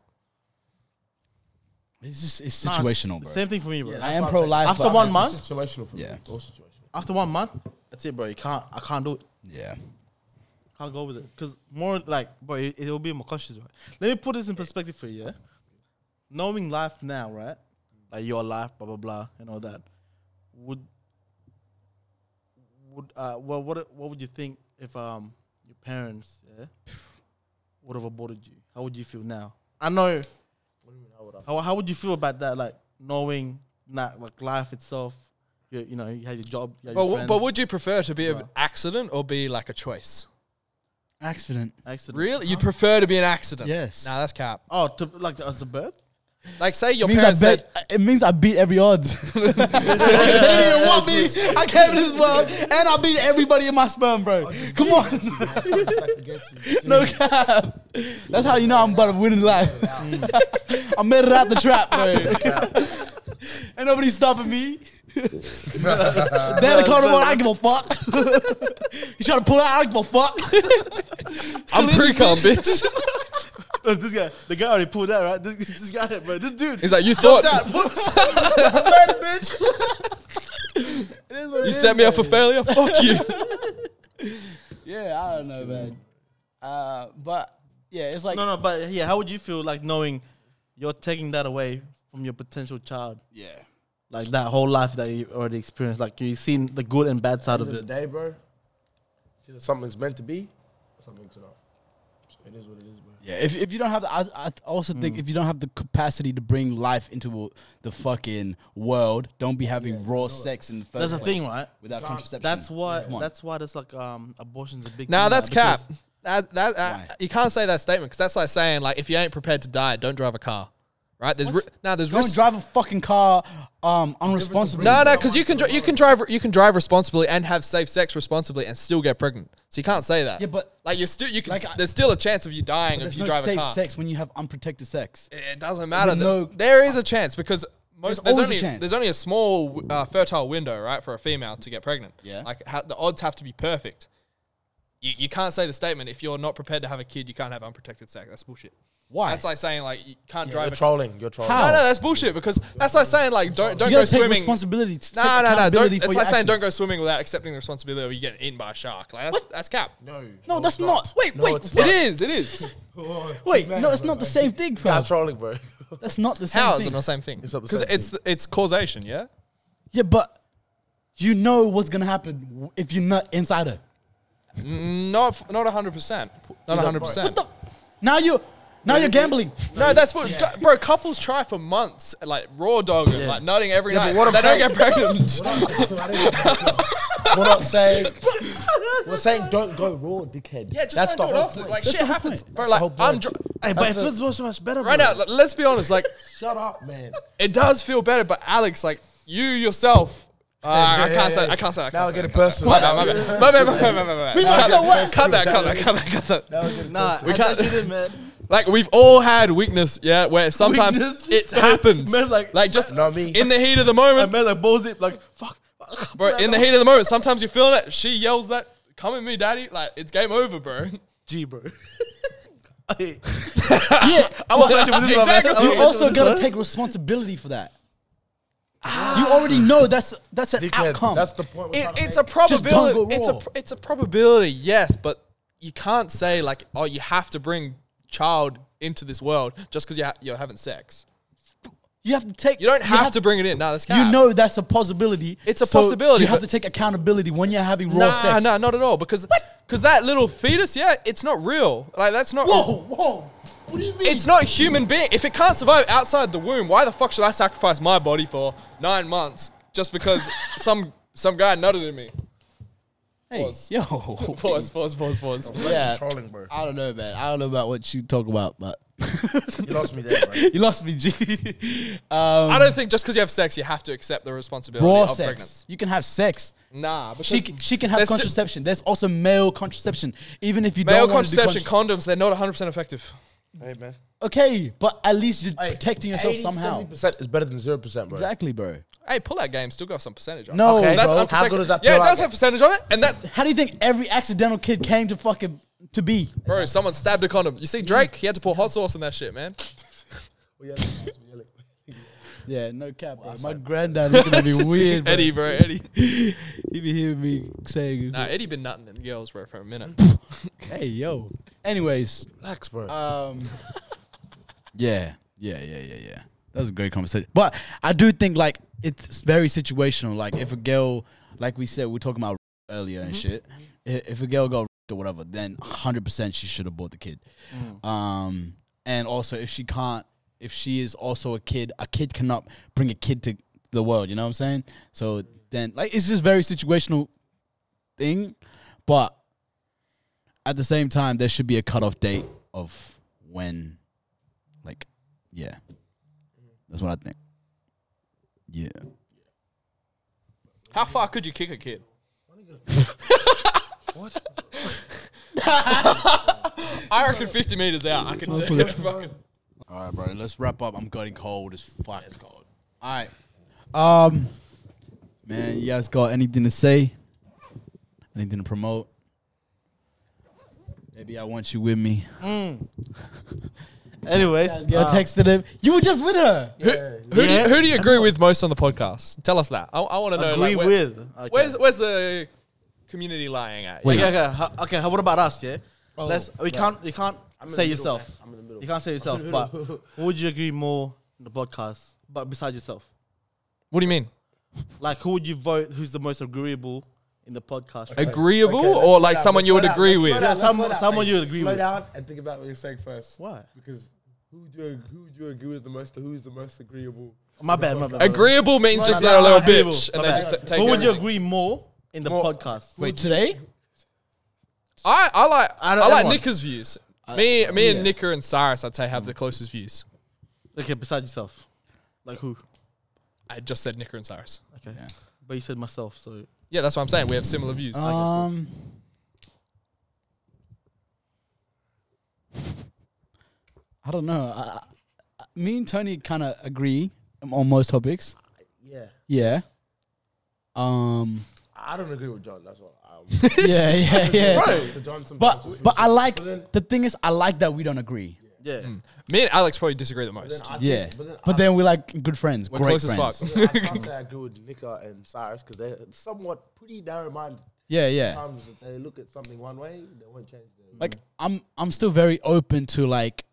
S4: it's just it's
S1: Nah, it's
S4: situational, bro.
S1: Same thing for me, bro.
S4: I am pro life.
S1: After one month,
S2: It's situational for me.
S4: Yeah.
S2: It's all <laughs> situational.
S1: after one month, that's it, bro. You can't. I can't do it.
S4: Yeah.
S1: Can't go with it because more like, but it, it'll be more conscious, right? Let me put this in perspective for you. Yeah? Knowing life now, right? Like your life, blah blah blah, and all that. Would would uh well what what would you think if um your parents yeah would have aborted you? How would you feel now? I know. How how would you feel about that? Like knowing that like life itself, you you know you had your job, you had
S3: But,
S1: your
S3: w-
S1: friends,
S3: but would you prefer to be an accident or be like a choice?
S4: Accident.
S1: accident.
S3: Really? You'd prefer to be an accident?
S4: Uh-huh. Yes.
S3: Nah, that's cap.
S1: Oh, to, like as a birth.
S3: Like say your
S4: It means, I
S3: parents said,
S4: bet, it means I beat every
S1: <laughs>
S4: odds. <laughs> they didn't even want me. I <laughs> came into this world and I beat everybody in my sperm,
S1: Oh,
S4: bro. Come on. no cap. That's how you know I'm about to win in life.
S1: Mm.
S4: <laughs> I made it out the trap,
S1: <laughs>
S4: bro. Ain't nobody stopping me. Dad come to I don't give a fuck. <laughs> you trying to pull out, I don't give a fuck. <laughs>
S3: I'm pre-cum, bitch.
S1: Oh, <laughs> this guy, the guy already pulled out, right? This, this guy, bro, this dude.
S3: He's like, you thought
S4: <laughs>
S1: <laughs>
S3: you set me up for failure? <laughs> Fuck you.
S6: Yeah, I don't know, man. Uh, but yeah, it's like
S1: no, no, but yeah, how would you feel like knowing you're taking that away from your potential child?
S6: yeah,
S1: Like that whole life that you already experienced, like you've seen the good and bad side
S2: End
S1: of
S2: of the
S1: it.
S2: day, bro. it's either Something's meant to be, or something's not. So it is what it is, bro.
S4: Yeah, if, if you don't have the, I, I also think
S3: Mm.
S4: if you don't have the capacity to bring life into the fucking world, don't be having raw sex in the first
S1: That's the
S4: place
S1: thing, right?
S4: without contraception.
S1: That's why.
S4: Come on.
S1: That's why that's like um abortion's a big.
S3: Nah,
S1: thing,
S3: that's
S1: right?
S3: cap.
S1: Because
S3: that that uh,
S4: Why?
S3: you can't say that statement because that's like saying like if you ain't prepared to die, don't drive a car, right? There's ri- now there's
S4: Don't
S3: risk.
S4: drive a fucking car um, unresponsibly.
S3: no, no, because you can dri- you can drive you can drive responsibly and have safe sex responsibly and still get pregnant. So you can't say that.
S4: Yeah, but-
S3: like you're still you can.
S4: Like,
S3: s-
S4: I-
S3: there's still a chance of you dying if
S4: There's
S3: you
S4: no
S3: drive a
S4: safe
S3: car.
S4: sex when you have unprotected sex.
S3: It doesn't matter.
S4: There's
S3: Th-
S4: no-
S3: there is a chance because most, there's,
S4: always a
S3: only
S4: chance.
S3: there's only a small uh, fertile window, right, for a female to get pregnant.
S4: Yeah.
S3: like ha- the odds have to be perfect. You, you can't say the statement if you're not prepared to have a kid, you can't have unprotected sex. That's bullshit.
S4: Why?
S3: That's like saying like you can't drive.
S7: You're
S3: A
S7: trolling. You're trolling.
S4: How?
S3: No, no, that's bullshit because that's like saying like don't don't
S4: you
S3: go
S4: gotta take
S3: swimming.
S4: responsibility. t-
S3: No,
S4: take
S3: no, no. Don't,
S4: accountability
S3: it's
S4: for
S3: like
S4: your
S3: saying don't
S4: actions.
S3: go swimming without accepting the responsibility of you getting eaten by a shark. Like that's, that's cap.
S7: No,
S4: No, that's not. Wait,
S7: No,
S4: wait,
S7: it's
S3: It is.
S4: <laughs>
S3: It is.
S4: wait. No, it's not the same thing, fam.
S7: That's trolling,
S2: <laughs>
S7: bro.
S4: That's not the same
S3: How
S4: thing.
S3: is it not the same thing?
S7: It's not the
S3: Because
S7: same
S3: it's it's causation. Yeah.
S4: Yeah, but you know what's gonna happen w- if you're not inside her.
S3: Not f- not hundred percent. Not hundred percent.
S4: What the- Now you, now you're
S3: <laughs>
S4: gambling.
S3: No, that's what, gu- bro. Couples try for months, like raw dogging, like nutting every night.
S7: but <laughs> what I'm
S3: they
S7: saying-
S3: don't get pregnant.
S7: We're not
S2: <laughs>
S7: saying. We're saying don't go raw, dickhead.
S3: yeah, just
S7: That's
S3: don't
S7: the
S3: do it
S7: whole
S3: after.
S7: point.
S3: Like
S7: That's
S3: shit
S7: the whole
S3: happens,
S7: point.
S3: bro.
S7: That's the
S3: Like
S7: whole
S3: I'm
S7: point.
S3: dr-
S1: Hey, but it feels so much better.
S3: right
S1: bro.
S3: now. like, let's be honest. Like
S7: Shut up, man.
S3: it does feel better, but Alex, like you yourself. Uh, I can't say. I can't say. I can't
S7: Now
S3: say,
S7: we're getting
S3: I can't say.
S7: personal.
S3: My bad. My bad. My bad. My bad. My bad. My bad. Cut that. Cut that. Cut that. Cut that.
S7: Now we're getting
S1: Nah,
S7: personal.
S1: we
S3: We
S1: can't
S3: can't-
S1: do
S4: <laughs>
S1: it, man.
S3: Like we've all had weakness,
S7: <laughs>
S3: yeah, where sometimes
S1: Weakness?
S3: it happens.
S1: Man, like-
S3: like, just
S7: Not me.
S3: in the heat of the
S1: I
S3: moment,
S1: man like balls it like fuck. <laughs>
S3: bro. In the heat of the moment, sometimes you're feeling it. She yells that, "Come at me, daddy!" Like it's game over, bro.
S1: G, bro. <laughs> Hey,
S4: Yeah,
S3: <laughs>
S1: I'm gonna flash you with this one, man.
S3: Exactly.
S4: <laughs>
S1: I'm
S4: you
S1: gonna
S4: also
S1: flash you with
S4: gotta
S1: this
S4: take responsibility for that. You already know that's that's an
S7: Dickhead.
S4: outcome.
S7: That's the point. we're
S3: It,
S7: trying to
S3: it's a
S7: make.
S4: don't
S3: probability.
S4: go
S3: It's a
S4: raw.
S3: pr- it's a probability, yes, but you can't say like, "Oh, you have to bring child into this world just because you ha- you're having sex."
S4: you have to take.
S3: You don't have,
S4: to
S3: to bring it in. No, that's cap.
S4: You know that's a possibility.
S3: It's a
S4: so
S3: possibility,
S4: You have to
S3: but-
S4: take accountability when you're having raw
S3: Nah,
S4: sex.
S3: nah, not at all. Because because that little fetus, yeah, it's not real. Like that's not.
S7: Whoa, whoa. What do you mean?
S3: It's not a human being. If it can't survive outside the womb, why the fuck should I sacrifice my body for nine months just because some some guy nutted in me?
S4: Hey, yo.
S3: Pause, pause, pause, pause.
S4: yeah.
S7: trolling, <laughs> bro.
S4: I don't know, man. I don't know about what you talk about, but
S7: You lost me there, bro.
S4: <laughs> you lost me, G. um,
S3: I don't think just because you have sex, you have to accept the
S4: <laughs>
S3: responsibility
S4: raw
S3: of
S4: sex.
S3: pregnancy.
S4: You can have sex.
S3: Nah, because
S4: She can, she can have
S3: there's si-
S4: contraception. There's also male contraception. Even if you
S3: male
S4: don't want to do
S3: contraception
S4: contrac-
S3: condoms, they're not 100 percent effective.
S7: Hey, man.
S4: okay, but at least you're protecting yourself somehow.
S7: 70% is better than 0%, bro.
S4: Exactly, bro.
S3: Hey, pull that game, still got some percentage on. it.
S4: No,
S7: Okay,
S3: that's
S7: bro. How
S3: unprotected.
S7: good is that
S3: yeah, it
S7: pull
S3: does
S7: out
S3: have percentage on it, and that
S4: How do you think every accidental kid came to fucking to be?
S3: bro, someone stabbed a condom. You see Drake, he had to pour hot sauce in that shit, man.
S2: Oh,
S7: We yelling, we yelling.
S4: Yeah, no cap, bro. My granddad looking
S3: <laughs>
S4: at me weird, bro.
S3: Eddie, bro, Eddie.
S4: <laughs> he be hearing me saying,
S3: Nah, Eddie been nutting in girls, bro, for a minute.
S4: "Hey, yo." Anyways,
S7: Relax, bro.
S4: um, <laughs> yeah, yeah, yeah, yeah, yeah. That was a great conversation, but I do think like it's very situational. Like if a girl, like we said, we are talking about earlier and shit. I- If a girl got or whatever, then hundred percent she should have bought the kid. Um, and also if she can't, if she is also a kid, a kid cannot bring a kid to the world. You know what I'm saying? So then, like, it's just very situational thing, but at the same time, there should be a cutoff date of when, like, yeah, that's what I think. Yeah,
S3: How far could you kick a kid? what? <laughs> I reckon 50 meters out. I can fucking.
S4: All right, bro. Let's wrap up. I'm getting cold as fuck. It's cold. All right. Um, man, you guys got anything to say? Anything to promote? Maybe I want you with me.
S1: one. Anyways,
S4: Yeah,
S1: uh,
S4: texted him. You were just with her.
S3: Who, do you, who do you agree with most on the podcast? Tell us that. I, I want to know.
S1: agree
S3: like, where-
S1: with. Okay.
S3: Where's Where's the community lying at?
S4: Wait.
S3: Yeah,
S1: Okay, okay, ho- okay. How, what about us? Yeah, let's. We can't. You can't say yourself. You can't say yourself. But who would you agree more in the podcast? But besides yourself,
S3: What do you mean?
S1: like who would you vote? Who's the most agreeable in the podcast?
S3: Agreeable
S7: Okay, let's
S3: or
S7: slow
S3: like
S7: down,
S3: someone
S7: let's
S3: you
S7: slow
S3: would
S7: down,
S3: agree
S7: let's slow
S3: with?
S7: down,
S1: Yeah,
S7: let's
S1: some-
S7: slow down.
S1: someone
S7: Hey,
S1: you agree
S7: slow
S1: with.
S7: down and think about what you're saying first.
S1: Why?
S7: Because who do you, who do you agree with the most? Who is the most agreeable?
S1: My bad. My bad.
S3: Agreeable means just
S1: no,
S3: they're a little
S1: no, no,
S3: bitch
S1: no,
S3: and
S1: no,
S3: they
S1: no.
S3: just t- take.
S1: Who would you
S3: everything.
S1: agree more in the podcast?
S4: Wait, today?
S3: I, I like I,
S1: don't-
S3: like
S1: everyone.
S3: Nicker's views. me me and Nicker and Cyrus, I'd say have the closest views.
S1: Okay, beside yourself. Like who?
S3: I just said Nicker and Cyrus.
S1: Okay. But you said myself, so
S3: Yeah, that's what I'm saying. We have similar views.
S4: Um. I don't know. I, I- I, me and Tony kind of agree on most topics.
S2: Yeah.
S4: Yeah. Um.
S2: I don't agree with John. That's all. I'm
S7: <laughs>
S4: yeah, yeah, yeah.
S2: The John sometimes
S4: But
S2: is
S4: but I like
S2: But then-
S4: the thing is I like that we don't agree.
S1: yeah.
S3: me and Alex probably disagree the most.
S2: I think-
S4: Yeah.
S2: But then,
S4: But then we're like good friends.
S3: We're
S4: great
S3: close
S4: friends.
S3: as fuck.
S2: I, I can't say I agree with Nika and Cyrus because they're somewhat pretty narrow-minded.
S4: Yeah, yeah.
S2: Sometimes if they look at something one way, they won't change their
S4: Like I'm I'm still very open to like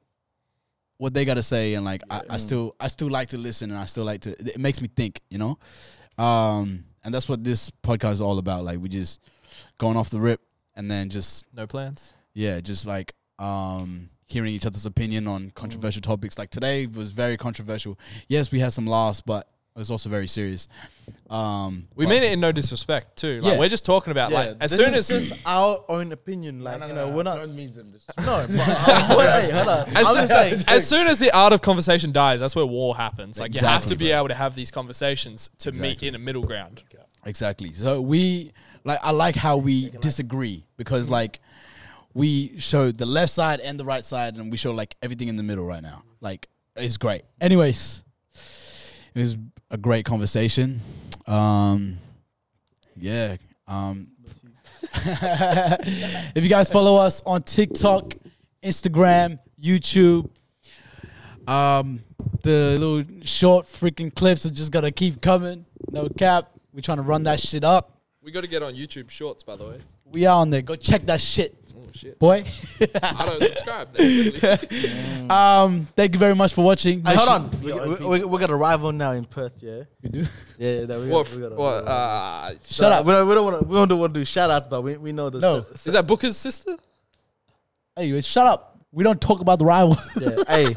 S4: what they gotta say and like I, I still I still like to listen and I still like to it makes me think, you know? Um and that's what this podcast is all about. Like we just going off the rip and then just
S3: No plans.
S4: yeah, just like um hearing each other's opinion on controversial topics. Like today was very controversial. Yes, we had some laughs, but it was also very serious. Um
S3: We
S4: but-
S3: mean it in no disrespect too. Like
S4: Yeah.
S3: we're just talking about like as
S1: this
S3: soon
S1: is
S3: as <laughs>
S1: just our own opinion, like you know, we're not.
S2: John means them. Just <laughs>
S1: No, but uh, wait, hey, hold
S3: <laughs>
S1: on.
S3: as,
S1: I'm
S3: soon,
S1: just saying,
S3: as soon as the art of conversation dies, that's where war happens. Like you have
S4: Exactly,
S3: to be able to have these conversations to meet in a middle ground.
S4: Exactly. So we like I like how we disagree because like we show the left side and the right side and we show like everything in the middle right now. Like it's great. Anyways, it was a great conversation. Um yeah. Um <laughs> if you guys follow us on TikTok, Instagram, YouTube, um, the little short freaking clips are just gonna keep coming. No cap. We're trying to run that shit up.
S3: We got to get on YouTube Shorts, by the way.
S4: We are on there. Go check that shit,
S3: Oh shit! <laughs>
S4: boy.
S3: I don't subscribe. <laughs> There,
S4: um, thank you very much for watching.
S1: hey,
S4: Make
S1: hold
S4: sure-
S1: on. We, we, we, we got a rival now in Perth, yeah.
S4: We do.
S1: Yeah, <laughs> yeah. no, we
S3: what?
S1: got, we got a-
S3: what? Uh,
S4: Shut up.
S1: We don't, we don't want to. We don't want to do shout outs, but we, we know the
S4: No.
S1: s-
S3: is that Booker's sister?
S4: Hey, shut up. We don't talk about the
S3: <laughs>
S4: rival. <laughs>
S1: yeah. hey,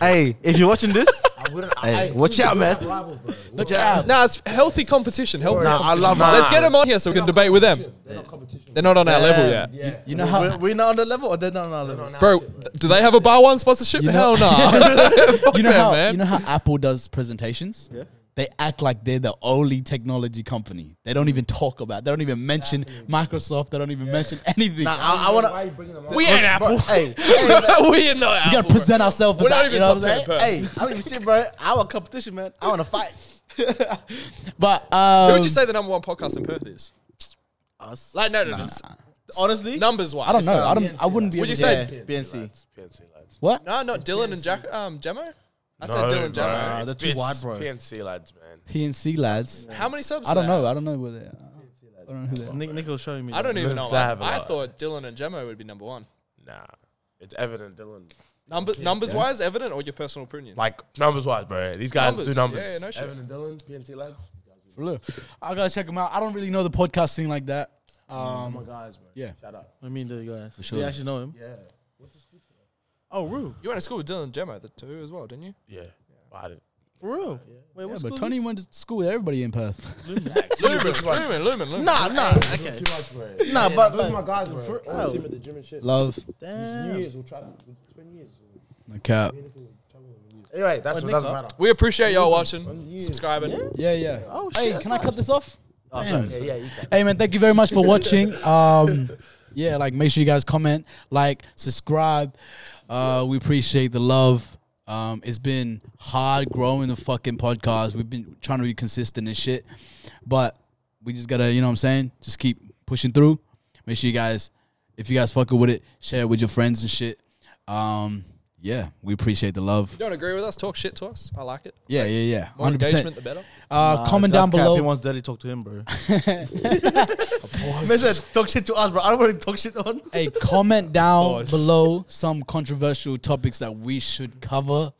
S1: hey, if you're watching this,
S2: I wouldn't. I,
S1: hey, watch out, man.
S2: rivals, bro.
S4: Look out.
S3: No, it's healthy competition. Healthy
S1: Nah, I
S3: competition.
S1: love
S3: Let's
S1: that.
S3: get them on here so we can debate with them.
S2: They're not competition.
S3: They're not on our level
S1: Yeah.
S3: yet.
S2: Yeah.
S4: You know how
S1: we, we not on the level, or they're not on our level.
S3: Bro, do they have a bar one sponsorship?
S4: You
S3: Hell
S4: know- <laughs>
S3: no. <laughs> Fuck
S4: you know
S3: them,
S4: how
S3: man.
S4: you know how Apple does presentations.
S1: Yeah.
S4: They act like they're the only technology company. They don't even talk about. They don't even mention Microsoft. They don't even mention anything.
S1: Nah, I, I want
S2: Why
S1: to.
S2: you bringing them up?
S3: we ain't <laughs> Apple. <laughs>
S1: Hey, hey, man,
S3: we are not
S4: we
S3: Apple.
S4: gotta present ourselves.
S3: We're
S4: as
S3: not
S4: that,
S3: even
S4: you know
S3: top
S4: what I'm
S3: 10
S4: saying?
S3: per.
S1: hey, I don't give a shit, bro. I want competition, man. I want
S3: <laughs>
S1: to fight.
S4: But um,
S3: Who would you say the number one podcast in Perth is?
S1: Us.
S3: Like, no, no, no.
S1: Honestly,
S3: Numbers wise. Um,
S4: I don't know. I don't. I wouldn't be.
S3: Would
S4: able
S3: you
S4: to-
S3: say
S1: Yeah, BNC.
S2: PNC lads.
S4: what?
S3: No, not Dylan and Jack, um, Jemo. I said Dylan Jemo.
S1: Nah, they're too wide, bro.
S2: PNC lads, man.
S4: PNC lads.
S3: How many subs?
S4: I don't
S3: do they
S4: know.
S3: have?
S4: I don't know where they are. I don't know who they are.
S1: Nick, Nick was showing me.
S3: I don't even know.
S2: They
S3: I,
S2: have a
S3: I
S2: lot.
S3: thought Dylan and Jemo would be number one.
S2: Nah, it's evident, Dylan.
S3: Number, numbers wise, evident or your personal opinion?
S2: Like numbers wise, bro. These guys
S3: Numbers.
S2: do numbers.
S3: Yeah, yeah, no shit.
S2: Evan and Dylan, PNC lads.
S4: Look, I gotta check them out. I don't really know the podcast thing like that.
S2: Oh
S4: Um,
S2: my guys, bro.
S4: Yeah.
S2: Shout out.
S1: I mean, the guys.
S4: sure.
S1: They actually know him.
S2: Yeah.
S1: Oh, real,
S3: You went to school with Dylan and Jemo, the two as well, didn't you?
S2: Yeah. I didn't.
S1: real.
S4: yeah,
S1: Wait, what's
S4: but Tony went to school with everybody in Perth.
S3: Lumen, Lumen, Lumen, Lumen.
S1: Nah, nah.
S2: Too
S1: Okay.
S2: much, bro.
S1: Nah, but
S2: Those
S1: like-
S2: are my guys, bro.
S1: For-
S2: I wanna
S1: oh.
S2: see him at the gym and shit.
S4: Love.
S2: It's New
S1: Damn.
S2: Year's, we'll try. It's been years.
S4: No cap.
S2: Anyway, that's
S1: Well,
S2: what doesn't
S1: Nick,
S2: matter.
S3: We appreciate y'all watching, subscribing.
S4: Yeah, yeah.
S1: Oh,
S4: hey,
S1: shit,
S4: can I cut this off?
S2: Oh,
S4: Damn.
S2: Yeah, yeah, you can.
S4: Hey man, thank you very much for watching. Um, yeah, like make sure you guys comment, like, subscribe. Uh, we appreciate the love. Um, it's been hard growing the fucking podcast. We've been trying to be consistent and shit, but we just gotta, you know what I'm saying? Just keep pushing through. Make sure you guys, if you guys fucking with it, share it with your friends and shit. Um, yeah, we appreciate the love.
S3: You don't agree with us? Talk shit to us. I like it.
S4: Yeah, yeah, yeah.
S3: More
S4: 100%.
S3: engagement, the better.
S4: Uh,
S1: Nah,
S4: comment
S1: that's
S4: down
S1: cap. He
S4: below.
S1: wants dirty talk to
S4: <laughs>
S1: him, bro. Man said, talk shit to us, bro. I don't want to talk shit on.
S4: hey, comment down below some controversial topics that we should cover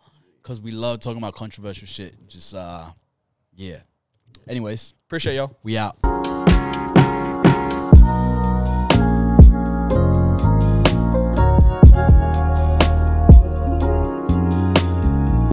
S4: because we love talking about controversial shit. Just uh, yeah. Anyways,
S3: Appreciate y'all.
S4: we out.